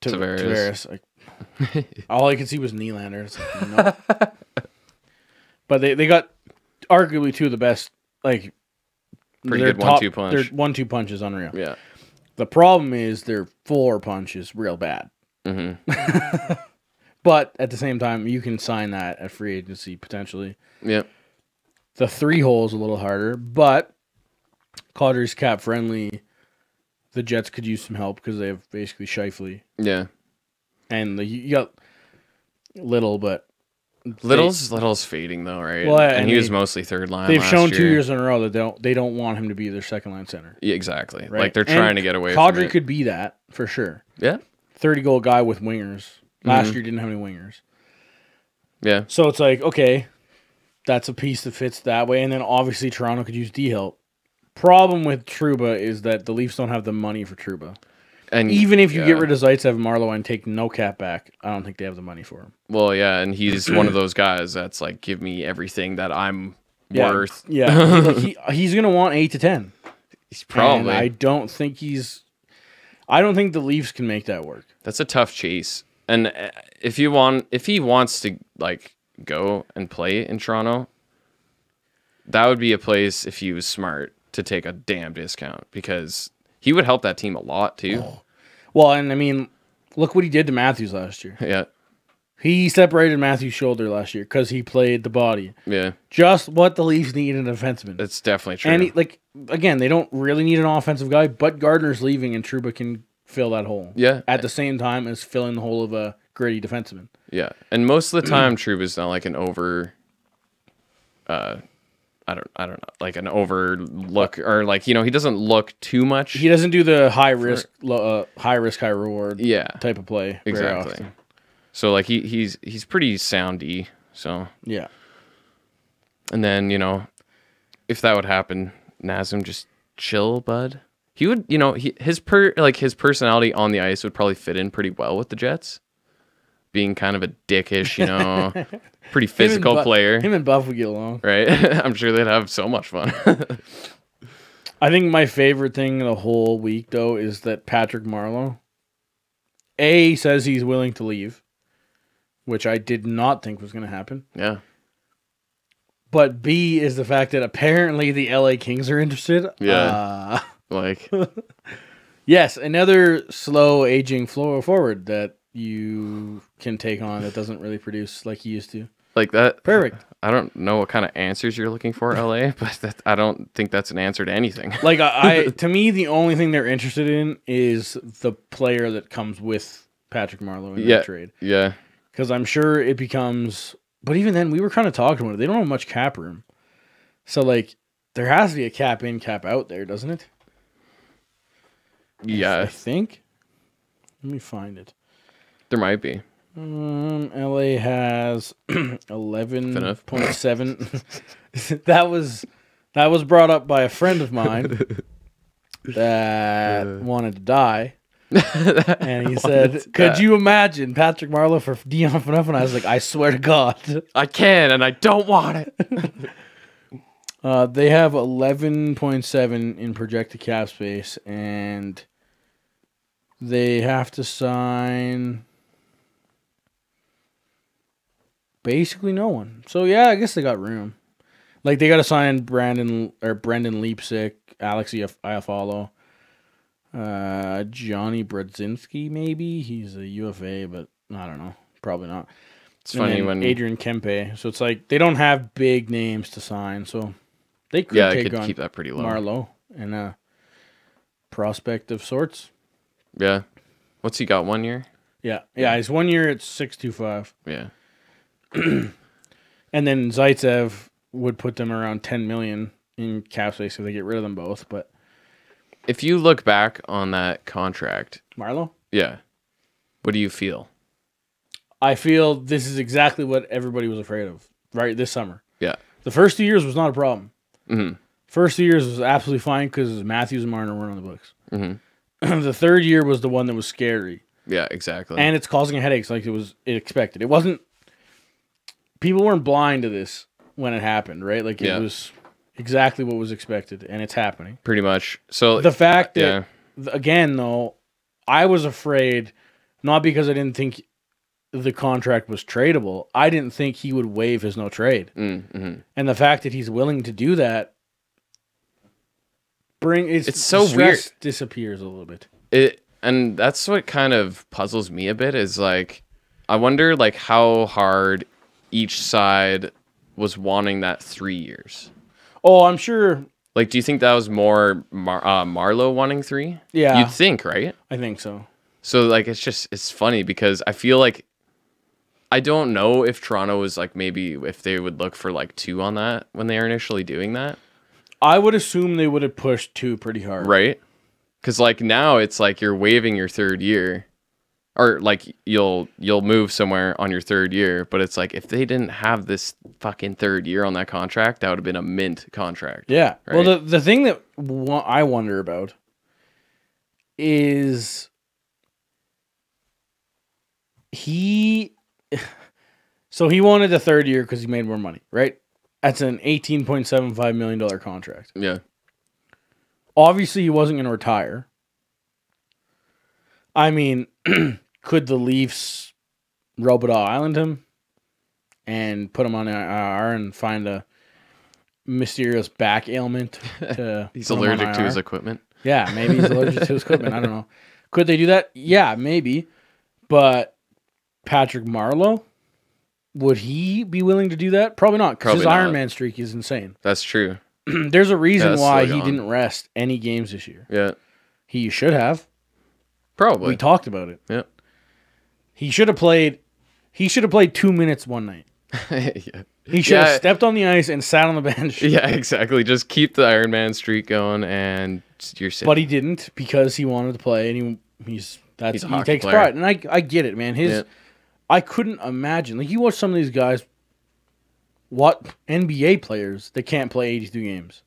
Speaker 1: Ta-
Speaker 3: Tavares.
Speaker 1: Tavares. Like, all I could see was Nylander. It's like, no. but they, they got arguably two of the best like
Speaker 3: Pretty
Speaker 1: their
Speaker 3: good one-two punch.
Speaker 1: Their one two punch is unreal.
Speaker 3: Yeah.
Speaker 1: The problem is their four punch is real bad.
Speaker 3: hmm
Speaker 1: But at the same time, you can sign that at free agency potentially.
Speaker 3: Yep.
Speaker 1: The three hole is a little harder, but Cotter's cap friendly. The Jets could use some help because they have basically Shifley.
Speaker 3: Yeah.
Speaker 1: And the, you got little, but
Speaker 3: Little's Little's fading though, right?
Speaker 1: Well,
Speaker 3: and,
Speaker 1: and
Speaker 3: he was
Speaker 1: they-
Speaker 3: mostly third line.
Speaker 1: they've
Speaker 3: last
Speaker 1: shown two
Speaker 3: year.
Speaker 1: years in a row that they don't, they don't want him to be their second line center.
Speaker 3: Yeah, exactly.
Speaker 1: Right?
Speaker 3: Like they're
Speaker 1: And
Speaker 3: trying to get away. from
Speaker 1: Kadri
Speaker 3: it.
Speaker 1: could be that for sure.
Speaker 3: Yeah.
Speaker 1: 30 goal guy with wingers. Last
Speaker 3: Mhm.
Speaker 1: year didn't have any wingers.
Speaker 3: Yeah.
Speaker 1: So it's like, okay, that's a piece that fits that way. And then obviously Toronto could use D help. Problem with Truba is that the Leafs don't have the money for Truba.
Speaker 3: And
Speaker 1: Even if you
Speaker 3: Mm, yeah.
Speaker 1: get rid of Zaitsev and Marlowe and take no cap back, I don't think they have the money for him.
Speaker 3: Well, yeah, and he's one of those guys that's like, give me everything that I'm
Speaker 1: Yeah,
Speaker 3: worth.
Speaker 1: Yeah. Like, he, he's going to want eight to 10.
Speaker 3: He's
Speaker 1: Probably.
Speaker 3: probably
Speaker 1: I don't think he's. I don't think the Leafs can make that work.
Speaker 3: that's a tough chase. And uh, if you want, if he wants to like go and play in Toronto, that would be a place if he was smart to take a damn discount because he would help that team a lot too.
Speaker 1: Oh. Well, and I mean, look what he did to Matthews last year.
Speaker 3: Yeah,
Speaker 1: He separated Matthews' shoulder last year because he played the body.
Speaker 3: yeah,
Speaker 1: Just what the Leafs need in a defenseman.
Speaker 3: that's definitely true.
Speaker 1: And he, like again, they don't really need an offensive guy, but Gardner's leaving and Truba can fill that hole.
Speaker 3: Yeah.
Speaker 1: At the same time as filling the hole of a gritty defenseman.
Speaker 3: Yeah, and most of the time, Truba's not like an over. Uh, I don't, I don't know, like an overlook or like you know he doesn't look too much.
Speaker 1: He doesn't do the high risk, low, uh, high risk, high reward
Speaker 3: yeah,
Speaker 1: type of play. very
Speaker 3: exactly.
Speaker 1: often.
Speaker 3: So like he he's he's pretty soundy. So
Speaker 1: Yeah.
Speaker 3: and then you know, if that would happen, Nazem just chill, bud. He would, you know, he, his per like his personality on the ice would probably fit in pretty well with the Jets, being kind of a dickish, you know, pretty
Speaker 1: Him and
Speaker 3: physical
Speaker 1: Bu-
Speaker 3: player.
Speaker 1: Him and Buff would get along.
Speaker 3: right? I'm sure they'd have so much fun.
Speaker 1: I think my favorite thing the whole week though is that Patrick Marlowe, a says he's willing to leave, which I did not think was going to happen.
Speaker 3: yeah.
Speaker 1: But B is the fact that apparently the LA Kings are interested.
Speaker 3: Yeah.
Speaker 1: Uh,
Speaker 3: Like,
Speaker 1: yes, another slow aging flow forward that you can take on that doesn't really produce like he used to.
Speaker 3: like that.
Speaker 1: Perfect.
Speaker 3: I don't know what kind of answers you're looking for, LA, but that, I don't think that's an answer to anything.
Speaker 1: Like I, I to me the only thing they're interested in is the player that comes with Patrick Marlowe in
Speaker 3: Yeah.
Speaker 1: that trade.
Speaker 3: yeah.
Speaker 1: Because I'm sure it becomes but even then we were kind of talking about it. They don't have much cap room. So like there has to be a cap in, cap out there, doesn't it? I
Speaker 3: Yeah.
Speaker 1: think. Let me find it.
Speaker 3: There might be.
Speaker 1: Um, LA has eleven
Speaker 3: enough.
Speaker 1: point seven. that was that was brought up by a friend of mine that wanted to die, and he said,
Speaker 3: to
Speaker 1: "Could
Speaker 3: die."
Speaker 1: you imagine Patrick Marlowe for Dion Phaneuf?" And I was like, "I swear to God."
Speaker 3: I can, and I don't want it.
Speaker 1: Uh, they have eleven point seven in projected cap space, and they have to sign basically no one. So yeah, I guess they got room. Like they got to sign Brandon or Brendan Leipsic, Alex Iaf- Iafallo, uh, Johnny Bradzinski. Maybe he's a UFA, but I don't know. Probably not.
Speaker 3: It's
Speaker 1: And
Speaker 3: funny
Speaker 1: then
Speaker 3: when
Speaker 1: Adrian Kempe. So it's like they don't have big names to sign, so they could
Speaker 3: yeah, I
Speaker 1: take
Speaker 3: could
Speaker 1: on
Speaker 3: keep that pretty low.
Speaker 1: Marlowe and a prospect of sorts.
Speaker 3: yeah. What's he got? One year.
Speaker 1: Yeah, yeah. He's one year at six two five,
Speaker 3: Yeah.
Speaker 1: and then Zaitsev would put them around ten million in cap space if they get rid of them both. But
Speaker 3: If you look back on that contract,
Speaker 1: Marlowe,
Speaker 3: yeah, what do you feel?
Speaker 1: I feel this is exactly what everybody was afraid of, right? This summer.
Speaker 3: Yeah.
Speaker 1: The first two years was not a problem.
Speaker 3: Mhm.
Speaker 1: First two years was absolutely fine because Matthews and Marner weren't on the books.
Speaker 3: Mhm.
Speaker 1: the third year was the one that was scary,
Speaker 3: Yeah, exactly.
Speaker 1: and it's causing headaches like it was it expected. It wasn't. People weren't blind to this when it happened, right? Like it
Speaker 3: Yeah.
Speaker 1: was exactly what was expected, and it's happening.
Speaker 3: pretty much. So
Speaker 1: The fact that
Speaker 3: yeah,
Speaker 1: th- again though, I was afraid not because I didn't think the contract was tradable. I didn't think he would waive his no trade.
Speaker 3: mm, mhm.
Speaker 1: And the fact that he's willing to do that bring it's,
Speaker 3: It's so
Speaker 1: stress disappears a little bit.
Speaker 3: it and that's what kind of puzzles me a bit is like I wonder like how hard each side was wanting that three years.
Speaker 1: Oh, I'm sure
Speaker 3: Like, do you think that was more Mar- uh, Marlowe wanting three?
Speaker 1: Yeah.
Speaker 3: you'd think, right?
Speaker 1: I think so.
Speaker 3: So like it's just it's funny because I feel like I don't know if Toronto was like maybe if they would look for like two on that when they were initially doing that,
Speaker 1: I would assume they would have pushed two pretty hard.
Speaker 3: right? Cuz like now it's like you're waiving your third year or like you'll you'll move somewhere on your third year, but it's like if they didn't have this fucking third year on that contract, that would have been a mint contract.
Speaker 1: Yeah. Well, the,
Speaker 3: Right.
Speaker 1: the thing that wa- I wonder about is he. So he wanted the third year because he made more money, right? That's an eighteen point seven five million dollar contract.
Speaker 3: Yeah.
Speaker 1: Obviously, he wasn't going to retire. I mean, could the Leafs Robidoux Island him and put him on IR and find a mysterious back ailment? To
Speaker 3: He's
Speaker 1: put him on
Speaker 3: allergic to
Speaker 1: IR?
Speaker 3: his equipment.
Speaker 1: Yeah, maybe he's allergic to his equipment. I don't know. Could they do that? Yeah, maybe. But Patrick Marlowe, would he be willing to do that? Probably not, because his
Speaker 3: Probably
Speaker 1: Iron
Speaker 3: not.
Speaker 1: Man streak is insane.
Speaker 3: That's true.
Speaker 1: There's a reason
Speaker 3: Yeah, it's
Speaker 1: why
Speaker 3: still
Speaker 1: he
Speaker 3: gone.
Speaker 1: didn't rest any games this year.
Speaker 3: Yeah.
Speaker 1: He should have.
Speaker 3: Probably.
Speaker 1: We talked about it.
Speaker 3: yeah.
Speaker 1: He should have played. He should have played two minutes one night.
Speaker 3: yeah.
Speaker 1: He should have
Speaker 3: Yeah.
Speaker 1: stepped on the ice and sat on the bench.
Speaker 3: Yeah, exactly. Just keep the Iron Man streak going, and you're sitting.
Speaker 1: But he didn't because he wanted to play, and he, he's that's
Speaker 3: He's a
Speaker 1: he
Speaker 3: hockey
Speaker 1: takes
Speaker 3: player.
Speaker 1: pride, and I I get it, man. His
Speaker 3: Yeah.
Speaker 1: I couldn't imagine like you watch some of these guys, what NBA players that can't play eighty two games.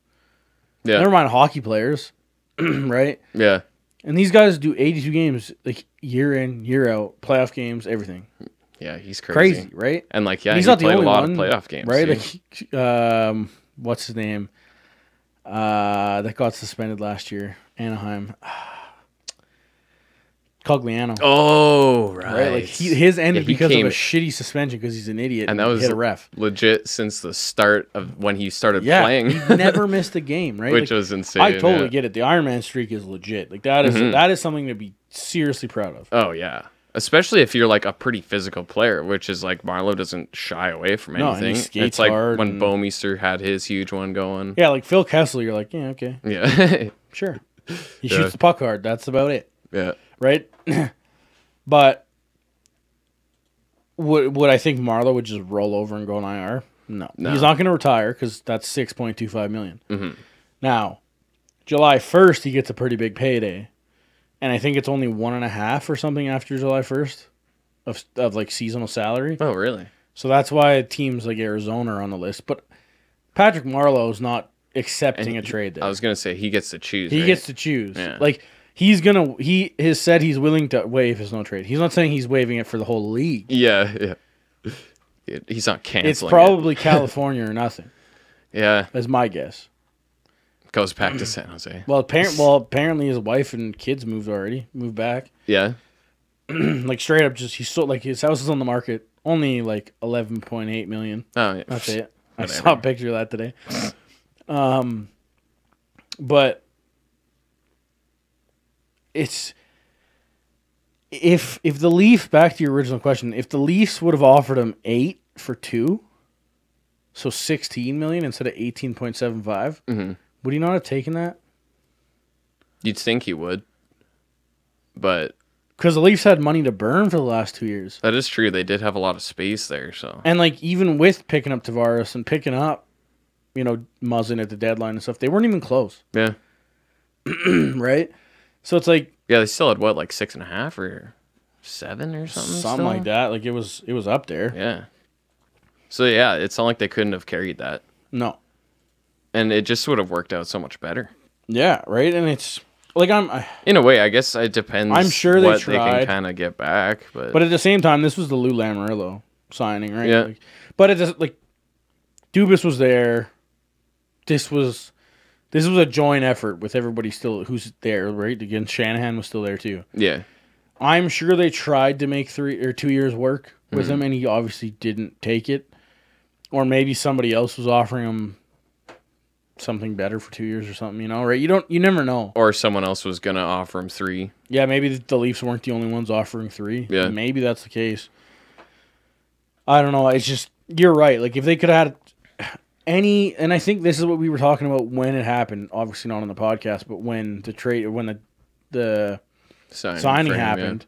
Speaker 3: yeah,
Speaker 1: Never mind hockey players, right?
Speaker 3: yeah,
Speaker 1: And these guys do eighty two games like year in year out, playoff games, everything
Speaker 3: yeah. He's crazy.
Speaker 1: crazy, right?
Speaker 3: And like, yeah,
Speaker 1: And he's
Speaker 3: he
Speaker 1: not the
Speaker 3: played
Speaker 1: only
Speaker 3: a lot
Speaker 1: one,
Speaker 3: of playoff games,
Speaker 1: right?
Speaker 3: too.
Speaker 1: Like, um, what's his name? Uh, that got suspended last year, Anaheim. Cogliano,
Speaker 3: oh, right.
Speaker 1: right? Like he, his ended
Speaker 3: he
Speaker 1: because of
Speaker 3: came-
Speaker 1: a shitty suspension because he's an idiot
Speaker 3: and that was
Speaker 1: hit a ref.
Speaker 3: legit since the start of when he started
Speaker 1: Yeah,
Speaker 3: playing,
Speaker 1: he never missed a game, right?
Speaker 3: which
Speaker 1: Like,
Speaker 3: was insane.
Speaker 1: I totally
Speaker 3: yeah.
Speaker 1: get it. The Iron Man streak is legit. Like that is-
Speaker 3: Mhm.
Speaker 1: that is something to be seriously proud of.
Speaker 3: Oh yeah, especially if you're like a pretty physical player, which is like Marlowe doesn't shy away from
Speaker 1: No, and he
Speaker 3: anything.
Speaker 1: skates
Speaker 3: it's like
Speaker 1: hard
Speaker 3: when
Speaker 1: and-
Speaker 3: Bomeister had his huge one going.
Speaker 1: Yeah, like Phil Kessel, you're like, yeah, okay,
Speaker 3: Yeah,
Speaker 1: sure. He
Speaker 3: Yeah.
Speaker 1: shoots the puck hard. That's about it.
Speaker 3: yeah,
Speaker 1: right? but would would I think Marlowe would just roll over and go on IR? No,
Speaker 3: No.
Speaker 1: he's not going to retire because that's six point two five million.
Speaker 3: Mhm.
Speaker 1: Now, July first, he gets a pretty big payday, and I think it's only one and a half or something after July first of of like seasonal salary.
Speaker 3: Oh really?
Speaker 1: So that's why teams like Arizona are on the list. But Patrick Marlowe's not accepting
Speaker 3: And
Speaker 1: a trade. There.
Speaker 3: I was gonna say he gets to choose.
Speaker 1: He
Speaker 3: right?
Speaker 1: gets to choose.
Speaker 3: Yeah.
Speaker 1: Like he's gonna he has said he's willing to waive his no trade. He's not saying he's waiving it for the whole league.
Speaker 3: Yeah, yeah. It- he's not canceling.
Speaker 1: It's probably California or nothing.
Speaker 3: it. yeah.
Speaker 1: That's my guess.
Speaker 3: Goes back to San Jose.
Speaker 1: Well, apparent well apparently his wife and kids moved already, moved back.
Speaker 3: Yeah,
Speaker 1: Like straight up, just he sold like his house is on the market only like eleven point eight million.
Speaker 3: oh yeah.
Speaker 1: That's it. I
Speaker 3: Whatever.
Speaker 1: saw a picture of that today. Um, but it's if if the Leaf back to your original question, if the Leafs would have offered him eight for two, so sixteen million instead of eighteen point seven five,
Speaker 3: Mhm.
Speaker 1: would he not have taken that?
Speaker 3: You'd think he would, but
Speaker 1: Because the Leafs had money to burn for the last two years,
Speaker 3: that is true. They did have a lot of space there, so
Speaker 1: and like even with picking up Tavares and picking up, you know, Muzzin at the deadline and stuff, they weren't even close,
Speaker 3: yeah,
Speaker 1: right? So it's like
Speaker 3: yeah. They still had what like six and a half or seven or something.
Speaker 1: something
Speaker 3: still?
Speaker 1: like that. Like it was it was up there.
Speaker 3: Yeah. So yeah, it's not like they couldn't have carried that,
Speaker 1: No,
Speaker 3: and it just would have worked out so much better.
Speaker 1: yeah, right. And it's like I'm, I,
Speaker 3: In a way, I guess it depends.
Speaker 1: I'm sure they
Speaker 3: what
Speaker 1: tried.
Speaker 3: can kind of get back, but,
Speaker 1: but at the same time, this was the Lou Lamarillo signing, right?
Speaker 3: Yeah.
Speaker 1: Like, but it just like Dubas was there. This was this was a joint effort with everybody still who's there, right? Again, Shanahan was still there too.
Speaker 3: yeah,
Speaker 1: I'm sure they tried to make three or two years work with
Speaker 3: Mm-hmm.
Speaker 1: him, and he obviously didn't take it. Or maybe somebody else was offering him something better for two years or something. You know, right? You don't. You never know.
Speaker 3: or someone else was gonna offer him three.
Speaker 1: Yeah, maybe the- the Leafs weren't the only ones offering three.
Speaker 3: Yeah.
Speaker 1: maybe that's the case. I don't know. It's just you're right. Like if they could have had any, and I think this is what we were talking about when it happened. Obviously not on the podcast, but when the trade, when the the
Speaker 3: Signing,
Speaker 1: signing
Speaker 3: for him, yeah.
Speaker 1: happened,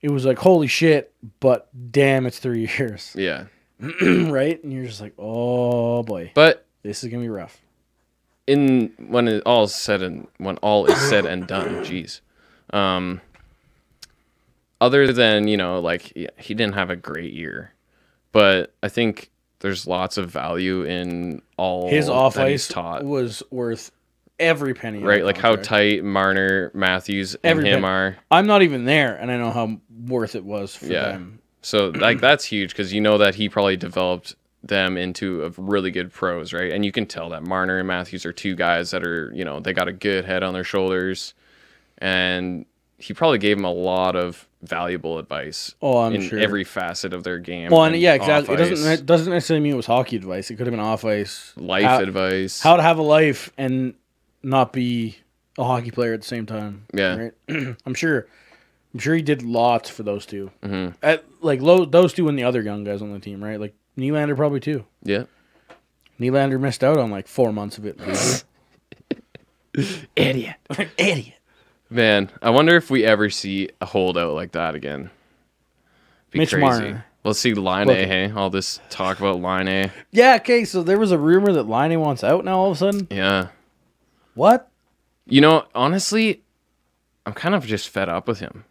Speaker 1: it was like holy shit, but damn, it's three years,
Speaker 3: Yeah.
Speaker 1: right? And you're just like, oh boy,
Speaker 3: but
Speaker 1: this is gonna be rough.
Speaker 3: in when it all is said and when all is said and done, jeez. Um, other than you know, like yeah, he didn't have a great year, but I think there's lots of value in all
Speaker 1: His off
Speaker 3: that he's
Speaker 1: ice
Speaker 3: taught.
Speaker 1: was worth every penny, of
Speaker 3: Uh, right?
Speaker 1: the
Speaker 3: Like how
Speaker 1: contract.
Speaker 3: tight Marner, Matthews, and
Speaker 1: Every
Speaker 3: him
Speaker 1: bit.
Speaker 3: are.
Speaker 1: I'm not even there, and I know how worth it was for
Speaker 3: Yeah.
Speaker 1: them.
Speaker 3: So like that's huge because you know that he probably developed them into a really good pros, right? And you can tell that Marner and Matthews are two guys that are you know they got a good head on their shoulders, and he probably gave them a lot of valuable advice
Speaker 1: Oh, I'm
Speaker 3: in
Speaker 1: sure.
Speaker 3: every facet of their game.
Speaker 1: well, and yeah,
Speaker 3: off
Speaker 1: exactly. It doesn't
Speaker 3: ice,
Speaker 1: it doesn't necessarily mean it was hockey advice. It could have been off ice
Speaker 3: life
Speaker 1: how,
Speaker 3: advice.
Speaker 1: how to have a life and not be a hockey player at the same time.
Speaker 3: Yeah.
Speaker 1: right? I'm sure. I'm sure he did lots for those 2
Speaker 3: Mm-hmm.
Speaker 1: At, like lo- those two and the other young guys on the team, right? Like Nylander probably too.
Speaker 3: yeah,
Speaker 1: Nylander missed out on like four months of it.
Speaker 3: idiot,
Speaker 1: Idiot.
Speaker 3: man. I wonder if we ever see a holdout like that again. Be
Speaker 1: Mitch
Speaker 3: crazy.
Speaker 1: Marner.
Speaker 3: We'll see Line
Speaker 1: Look-
Speaker 3: hey? All this talk about Line A.
Speaker 1: Yeah. Okay. So there was a rumor that Liney wants out now. All of a sudden,
Speaker 3: Yeah.
Speaker 1: what?
Speaker 3: You know, honestly, I'm kind of just fed up with him.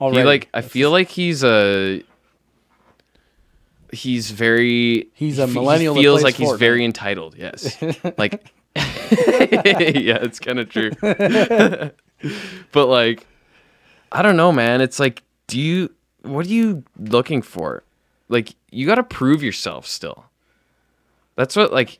Speaker 3: He
Speaker 1: Already.
Speaker 3: like I feel like he's a he's very
Speaker 1: He's a
Speaker 3: he
Speaker 1: millennial that
Speaker 3: feels
Speaker 1: plays
Speaker 3: like he's
Speaker 1: Fortnite.
Speaker 3: very entitled. Yes. like Yeah, it's kind of true. but like I don't know, man. It's like do you what are you looking for? Like you got to prove yourself still. That's what like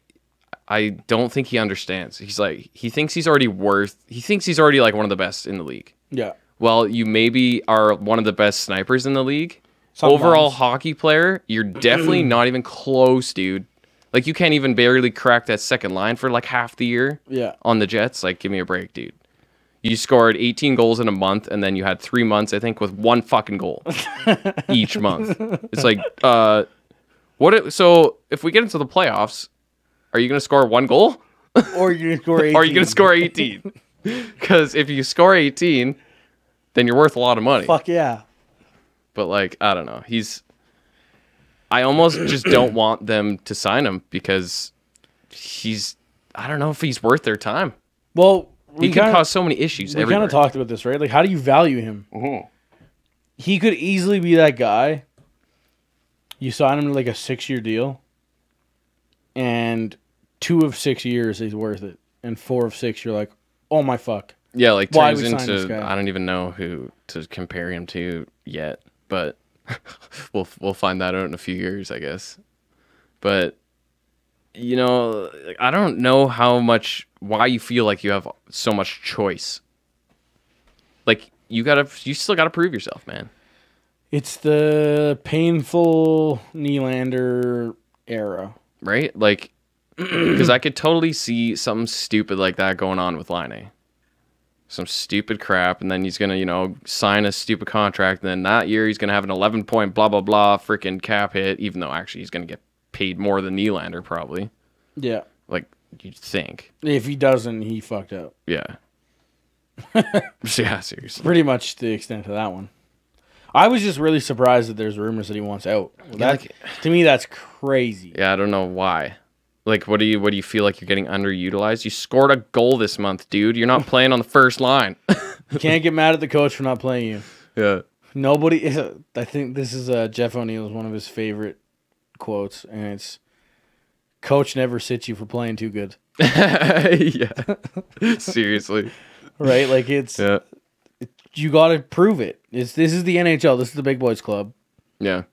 Speaker 3: I don't think he understands. He's like he thinks he's already worth. He thinks he's already like one of the best in the league.
Speaker 1: yeah.
Speaker 3: Well, you maybe are one of the best snipers in the league.
Speaker 1: Sometimes.
Speaker 3: Overall hockey player, you're definitely not even close, dude. Like you can't even barely crack that second line for like half the year
Speaker 1: Yeah.
Speaker 3: on the Jets. Like give me a break, dude. You scored 18 goals in a month and then you had 3 months I think with one fucking goal each month. It's like uh what it, so if we get into the playoffs, are you going to score one goal?
Speaker 1: Or you can score. 18.
Speaker 3: Or are you going to score 18? Because if you score 18, then you're worth a lot of money.
Speaker 1: Fuck yeah.
Speaker 3: But like, I don't know. He's. I almost just don't want them to sign him because he's. I don't know if he's worth their time.
Speaker 1: Well,
Speaker 3: He
Speaker 1: we
Speaker 3: could
Speaker 1: kind
Speaker 3: cause
Speaker 1: of
Speaker 3: so many issues.
Speaker 1: we kind
Speaker 3: everywhere.
Speaker 1: of talked about this, right? Like, how do you value him? He could easily be that guy. You sign him to like a six-year deal, and two of six years is worth it, and four of six, you're like, oh my fuck.
Speaker 3: Yeah, like
Speaker 1: Why
Speaker 3: turns
Speaker 1: we signed this
Speaker 3: into.
Speaker 1: guy.
Speaker 3: I don't even know who to compare him to yet, but we'll we'll find that out in a few years, I guess. But you know, like, I don't know how much why you feel like you have so much choice. Like you gotta, you still gotta prove yourself, man.
Speaker 1: It's the painful Nylander era.
Speaker 3: right? Like, because I could totally see something stupid like that going on with Line A. Some stupid crap, and then he's gonna, you know, sign a stupid contract, and then that year he's gonna have an 11 point blah blah blah freaking cap hit, even though actually he's gonna get paid more than Nylander probably.
Speaker 1: Yeah.
Speaker 3: Like you'd think,
Speaker 1: If he doesn't, he fucked up.
Speaker 3: yeah. yeah, seriously.
Speaker 1: Pretty much the extent of that one. I was just really surprised that there's rumors that he wants out. That,
Speaker 3: like-
Speaker 1: to me, that's crazy.
Speaker 3: Yeah, I don't know why. Like, what do you what do you feel like you're getting underutilized? You scored a goal this month, dude. You're not playing on the first line.
Speaker 1: You can't get mad at the coach for not playing you.
Speaker 3: yeah.
Speaker 1: Nobody is. A, I think this is uh, Jeff O'Neill's one of his favorite quotes, and it's, "Coach never sits you for playing too good."
Speaker 3: yeah. Seriously.
Speaker 1: Right? Like it's
Speaker 3: Yeah.
Speaker 1: you got to prove it. It's this is the NHL. This is the big boys club.
Speaker 3: Yeah.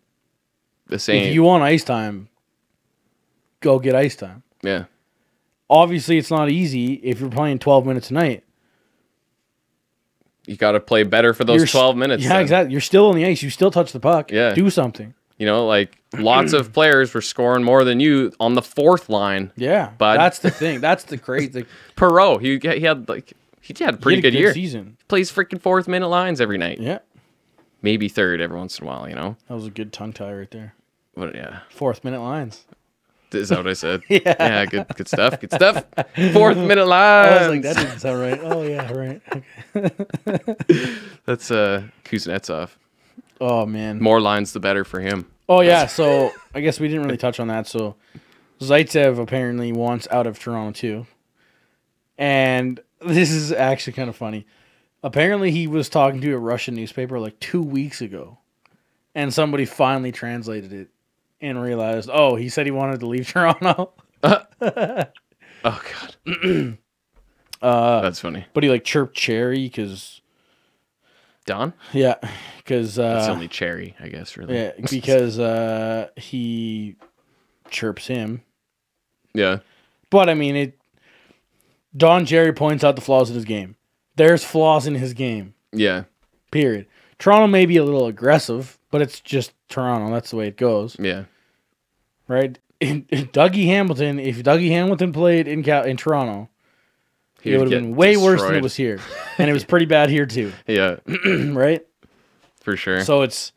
Speaker 3: The
Speaker 1: If
Speaker 3: same.
Speaker 1: you want ice time, go get ice time.
Speaker 3: yeah.
Speaker 1: Obviously, it's not easy if you're playing 12 minutes a night.
Speaker 3: You got to play better for those
Speaker 1: You're s-
Speaker 3: 12 minutes.
Speaker 1: Yeah,
Speaker 3: then.
Speaker 1: exactly. You're still on the ice. You still touch the puck.
Speaker 3: Yeah.
Speaker 1: Do something.
Speaker 3: You know, like lots of players were scoring more than you on the fourth line.
Speaker 1: Yeah.
Speaker 3: Bud.
Speaker 1: That's the thing. That's the crazy thing.
Speaker 3: Perot, he, he had like, he had a pretty
Speaker 1: He had
Speaker 3: good,
Speaker 1: a
Speaker 3: year.
Speaker 1: season.
Speaker 3: Plays freaking fourth minute lines every night.
Speaker 1: Yeah.
Speaker 3: Maybe third every once in a while, you know?
Speaker 1: That was a good tongue tie right there.
Speaker 3: But yeah.
Speaker 1: Fourth minute lines.
Speaker 3: Is that what I said? yeah. good, good stuff. Good stuff. Fourth minute lines.
Speaker 1: I was like, that didn't sound right. Oh, yeah, right. Okay.
Speaker 3: That's uh, Kuznetsov.
Speaker 1: Oh, man.
Speaker 3: More lines, the better for him.
Speaker 1: Oh yeah, so I guess we didn't really touch on that. So Zaitsev apparently wants out of Toronto too, and this is actually kind of funny. Apparently, he was talking to a Russian newspaper like two weeks ago, and somebody finally translated it and realized, oh, he said he wanted to leave Toronto,
Speaker 3: Oh, God. That's funny.
Speaker 1: but he like chirped Cherry because
Speaker 3: Don?
Speaker 1: yeah, because
Speaker 3: That's
Speaker 1: uh,
Speaker 3: only Cherry, I guess, really.
Speaker 1: yeah, because uh, he chirps him
Speaker 3: yeah.
Speaker 1: But I mean, it. Don Jerry points out the flaws in his game. There's flaws in his game.
Speaker 3: Yeah.
Speaker 1: Period. Toronto may be a little aggressive, but it's just Toronto. That's the way it goes,
Speaker 3: Yeah.
Speaker 1: right? In, in Dougie Hamilton, if Dougie Hamilton played in Cal- in Toronto, it would have
Speaker 3: get
Speaker 1: been way worse than it
Speaker 3: destroyed.
Speaker 1: was here, and it was pretty bad here too,
Speaker 3: Yeah,
Speaker 1: right?
Speaker 3: for sure.
Speaker 1: So it's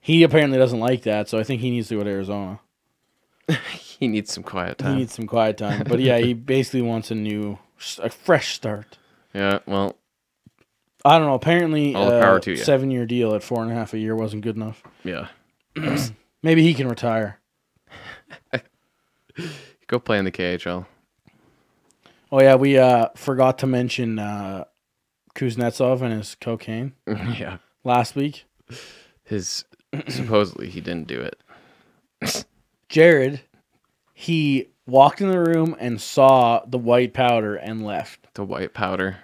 Speaker 1: he apparently doesn't like that. So I think he needs to go to Arizona.
Speaker 3: he needs some quiet
Speaker 1: He
Speaker 3: time.
Speaker 1: needs some quiet time. But yeah, he basically wants a new, a fresh start.
Speaker 3: yeah, well,
Speaker 1: I don't know. Apparently,
Speaker 3: All the power
Speaker 1: uh,
Speaker 3: to ya.
Speaker 1: seven year deal at four and a half a year wasn't good enough.
Speaker 3: yeah.
Speaker 1: Maybe he can retire.
Speaker 3: Go play in the KHL.
Speaker 1: Oh yeah, we uh, forgot to mention uh, Kuznetsov and his cocaine
Speaker 3: yeah.
Speaker 1: last week.
Speaker 3: His supposedly he didn't do it.
Speaker 1: Jared, he walked in the room and saw the white powder and left.
Speaker 3: The white powder.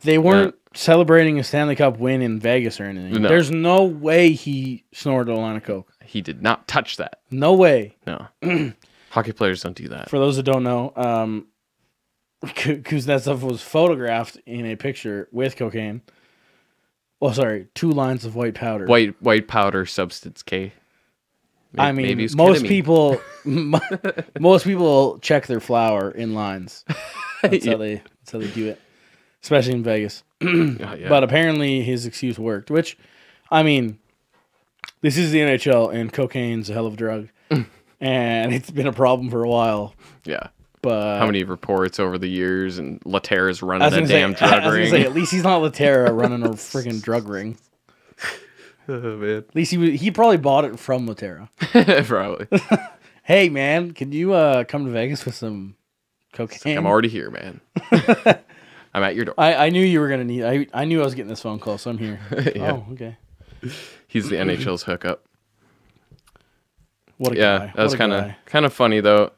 Speaker 1: They weren't celebrating a Stanley Cup win in Vegas or anything.
Speaker 3: No.
Speaker 1: There's no way he snorted a line of coke.
Speaker 3: He did not touch that.
Speaker 1: No way.
Speaker 3: No. Hockey players don't do that.
Speaker 1: For those that don't know, um, Ku- Kuznetsov was photographed in a picture with cocaine. Well, sorry, two lines of white powder.
Speaker 3: White white powder substance K. May-
Speaker 1: I mean,
Speaker 3: it's
Speaker 1: most
Speaker 3: ketamine.
Speaker 1: people, mo- most people check their flour in lines. That's how they, that's how they do it, especially in Vegas.
Speaker 3: Oh, yeah.
Speaker 1: But apparently, his excuse worked. Which, I mean, this is the NHL, and cocaine's a hell of a drug, and it's been a problem for a while.
Speaker 3: yeah.
Speaker 1: But
Speaker 3: How many reports over the years and Laterra's
Speaker 1: I
Speaker 3: running
Speaker 1: was
Speaker 3: a
Speaker 1: gonna
Speaker 3: damn
Speaker 1: say, I was
Speaker 3: drug
Speaker 1: gonna
Speaker 3: ring.
Speaker 1: say, at least he's not Laterra running a freaking drug ring.
Speaker 3: oh, man.
Speaker 1: At least he was, he probably bought it from Laterra.
Speaker 3: Probably.
Speaker 1: Hey man, can you uh, come to Vegas with some cocaine?
Speaker 3: I'm already here, man. I'm at your door.
Speaker 1: I, I knew you were gonna need. I I knew I was getting this phone call, so I'm here.
Speaker 3: Yeah.
Speaker 1: Oh, okay.
Speaker 3: He's the NHL's hookup.
Speaker 1: What a
Speaker 3: yeah,
Speaker 1: guy.
Speaker 3: that was
Speaker 1: What a
Speaker 3: kind of
Speaker 1: guy.
Speaker 3: kind of funny though.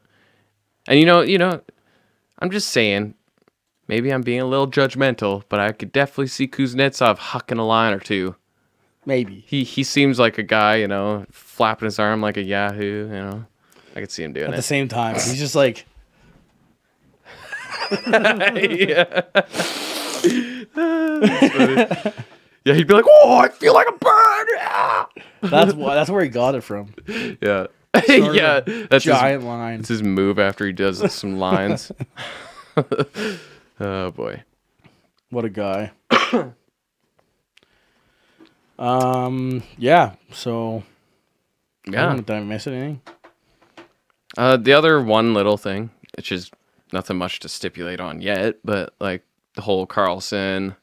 Speaker 3: And you know, you know, I'm just saying, maybe I'm being a little judgmental, but I could definitely see Kuznetsov hucking a line or two.
Speaker 1: maybe.
Speaker 3: He he seems like a guy, you know, flapping his arm like a Yahoo. You know, I could see him doing
Speaker 1: At the
Speaker 3: it.
Speaker 1: same time, he's just like
Speaker 3: yeah. yeah, he'd be like, "Oh, I feel like a bird." Ah!
Speaker 1: that's why that's where he got it from.
Speaker 3: Yeah, yeah. That's his-
Speaker 1: Giant line.
Speaker 3: It's his move after he does some lines. oh boy.
Speaker 1: What a guy. um. Yeah. So. I
Speaker 3: Yeah.
Speaker 1: don't- Did I miss anything?
Speaker 3: Uh, the other one little thing, which is nothing much to stipulate on yet, but like the whole Carlson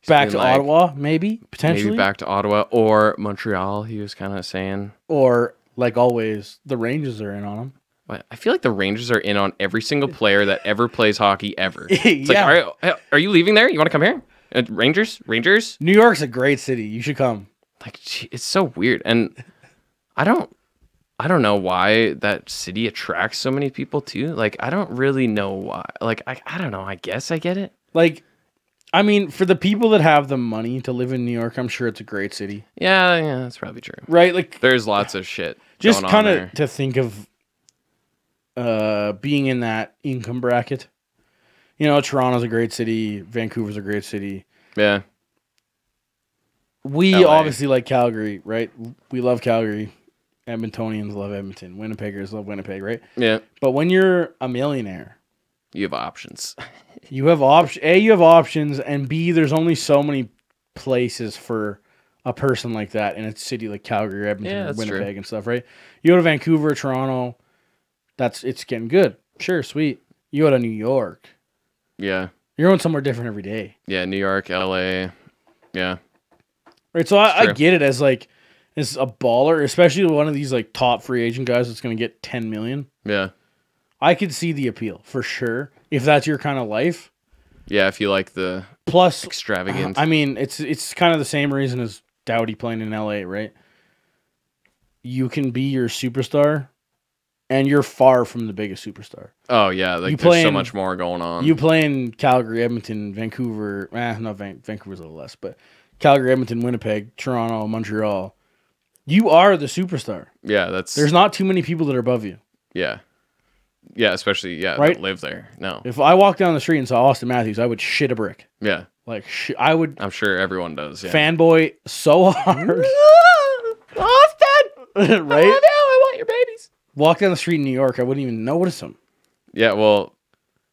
Speaker 3: he's
Speaker 1: Back
Speaker 3: been,
Speaker 1: to
Speaker 3: like,
Speaker 1: Ottawa, maybe potentially,
Speaker 3: maybe back to Ottawa or Montreal. He was kind of saying,
Speaker 1: or like always, the Rangers are in on him.
Speaker 3: but I feel like the Rangers are in on every single player that ever plays hockey ever. It's
Speaker 1: Yeah.
Speaker 3: like, are, are you leaving there? You want to come here? Uh, Rangers, Rangers.
Speaker 1: New York's a great city. You should come.
Speaker 3: Like gee, it's so weird, and I don't, I don't know why that city attracts so many people too. Like I don't really know why. Like I, I don't know. I guess I get it.
Speaker 1: Like, I mean, for the people that have the money to live in New York, I'm sure it's a great city,
Speaker 3: Yeah, yeah, that's probably true.
Speaker 1: right? Like,
Speaker 3: There's lots of shit.
Speaker 1: just
Speaker 3: going on
Speaker 1: kind
Speaker 3: there.
Speaker 1: of to think of uh being in that income bracket. You know, Toronto's a great city, Vancouver's a great city.
Speaker 3: yeah.
Speaker 1: We
Speaker 3: LA.
Speaker 1: obviously like Calgary, right? We love Calgary. Edmontonians love Edmonton. Winnipeggers love Winnipeg, right?
Speaker 3: Yeah,
Speaker 1: But when you're a millionaire,
Speaker 3: you have options.
Speaker 1: you have option A, you have options, and B, there's only so many places for a person like that in a city like Calgary, Edmonton,
Speaker 3: Yeah,
Speaker 1: or
Speaker 3: that's true.
Speaker 1: Winnipeg, and stuff, right? You go to Vancouver, Toronto, that's it's getting good. Sure, sweet. You go to New York,
Speaker 3: Yeah,
Speaker 1: you're going somewhere different every day.
Speaker 3: yeah. New York, L.A. Yeah,
Speaker 1: Right. So I, I
Speaker 3: true.
Speaker 1: get it as like as a baller, especially one of these like top free agent guys that's going to get 10 million.
Speaker 3: yeah,
Speaker 1: I could see the appeal for sure if that's your kind of life.
Speaker 3: yeah. If you like the
Speaker 1: Plus,
Speaker 3: extravagant,
Speaker 1: Uh, I mean, it's it's kind of the same reason as Dowdy playing in LA, right? You can be your superstar and you're far from the biggest superstar.
Speaker 3: oh yeah,
Speaker 1: you
Speaker 3: like
Speaker 1: play
Speaker 3: there's so
Speaker 1: in-
Speaker 3: much more going on.
Speaker 1: You play in Calgary, Edmonton, Vancouver. Eh, not Van- Vancouver's a little less, but Calgary, Edmonton, Winnipeg, Toronto, Montreal. You are the superstar.
Speaker 3: yeah, that's
Speaker 1: There's not too many people that are above you.
Speaker 3: yeah, yeah. Especially yeah,
Speaker 1: Right?
Speaker 3: that live there. No,
Speaker 1: If I walked down the street and saw Austin Matthews, I would shit a brick.
Speaker 3: yeah,
Speaker 1: Like sh- I would
Speaker 3: I'm sure everyone does. Yeah.
Speaker 1: fanboy so hard,
Speaker 3: Oh, Austin,
Speaker 1: right?
Speaker 3: I want your babies.
Speaker 1: Walk down the street in New York, I wouldn't even notice him.
Speaker 3: Yeah, well,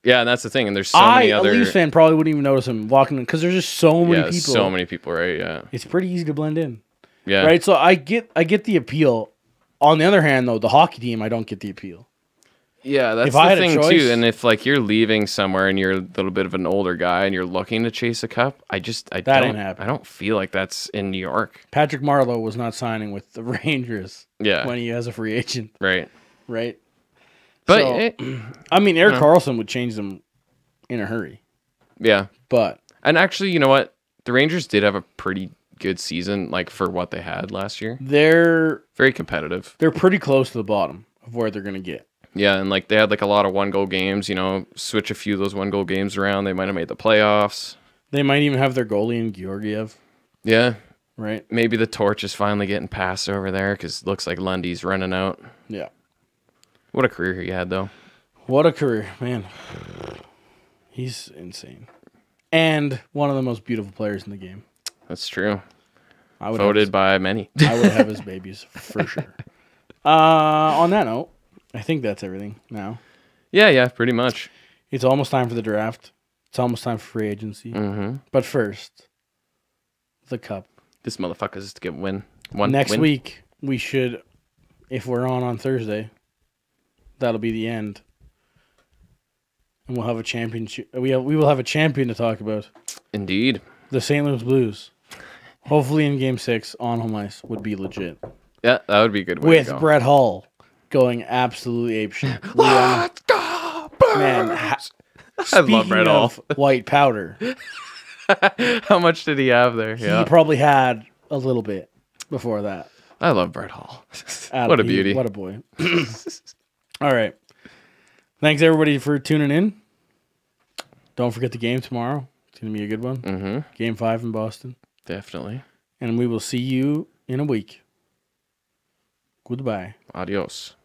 Speaker 3: yeah, and that's the thing. And there's so
Speaker 1: I,
Speaker 3: many
Speaker 1: a
Speaker 3: other
Speaker 1: Leafs fan, probably wouldn't even notice him walking because there's just so many
Speaker 3: yeah,
Speaker 1: people.
Speaker 3: so many people, right? Yeah,
Speaker 1: It's pretty easy to blend in,
Speaker 3: yeah.
Speaker 1: right? So I get I get the appeal. On the other hand, though, the hockey team, I don't get the appeal.
Speaker 3: Yeah, that's
Speaker 1: If
Speaker 3: the
Speaker 1: I had a
Speaker 3: thing
Speaker 1: choice-
Speaker 3: too. And if like you're leaving somewhere and you're a little bit of an older guy and you're looking to chase a cup, I just I
Speaker 1: That ain't
Speaker 3: don't
Speaker 1: happening.
Speaker 3: I don't feel like that's in New York.
Speaker 1: Patrick Marlowe was not signing with the Rangers
Speaker 3: Yeah,
Speaker 1: when he was a free agent,
Speaker 3: right.
Speaker 1: right?
Speaker 3: But
Speaker 1: So-
Speaker 3: it-
Speaker 1: I mean, Eric
Speaker 3: Yeah.
Speaker 1: Carlson would change them in a hurry,
Speaker 3: yeah,
Speaker 1: but
Speaker 3: and actually, you know what? The Rangers did have a pretty good season, like for what they had last year.
Speaker 1: they're
Speaker 3: Very competitive.
Speaker 1: they're pretty close to the bottom of where they're going to get.
Speaker 3: Yeah, and like they had like a lot of one goal games. You know, switch a few of those one goal games around, they might have made the playoffs.
Speaker 1: They might even have their goalie in Georgiev,
Speaker 3: Yeah,
Speaker 1: right?
Speaker 3: maybe the torch is finally getting passed over there because looks like Lundy's running out.
Speaker 1: Yeah.
Speaker 3: What a career he had though.
Speaker 1: What a career, man. He's insane. And one of the most beautiful players in the game.
Speaker 3: That's true.
Speaker 1: I would
Speaker 3: Voted
Speaker 1: Have
Speaker 3: by many.
Speaker 1: his, I would have his babies for sure. Uh, on that note, I think that's everything now.
Speaker 3: yeah, yeah, pretty much.
Speaker 1: It's almost time for the draft. It's almost time for free agency.
Speaker 3: hmm
Speaker 1: But first, the cup.
Speaker 3: This motherfucker's to get win. One
Speaker 1: Next
Speaker 3: win.
Speaker 1: week, we should, if we're on on Thursday, that'll be the end, and we'll have a championship. We have we will have a champion to talk about.
Speaker 3: Indeed.
Speaker 1: The St. Louis Blues, hopefully in Game Six on home ice, would be legit
Speaker 3: Yeah, that would be a good way
Speaker 1: with
Speaker 3: to go.
Speaker 1: Brett Hull going absolutely apeshit. We all-
Speaker 3: Let's go, Blues!
Speaker 1: man, ha-
Speaker 3: I love Brett
Speaker 1: speaking
Speaker 3: Hall.
Speaker 1: of white powder.
Speaker 3: How much did he have there? Yeah,
Speaker 1: He probably had a little bit before that.
Speaker 3: I love Brett Hall.
Speaker 1: Adam,
Speaker 3: what a
Speaker 1: he-
Speaker 3: beauty.
Speaker 1: What a boy. All right. Thanks everybody for tuning in. Don't forget the game tomorrow. It's going to be a good one.
Speaker 3: mm-hmm.
Speaker 1: Game 5 in Boston.
Speaker 3: Definitely.
Speaker 1: And we will see you in a week. Goodbye.
Speaker 3: Adios.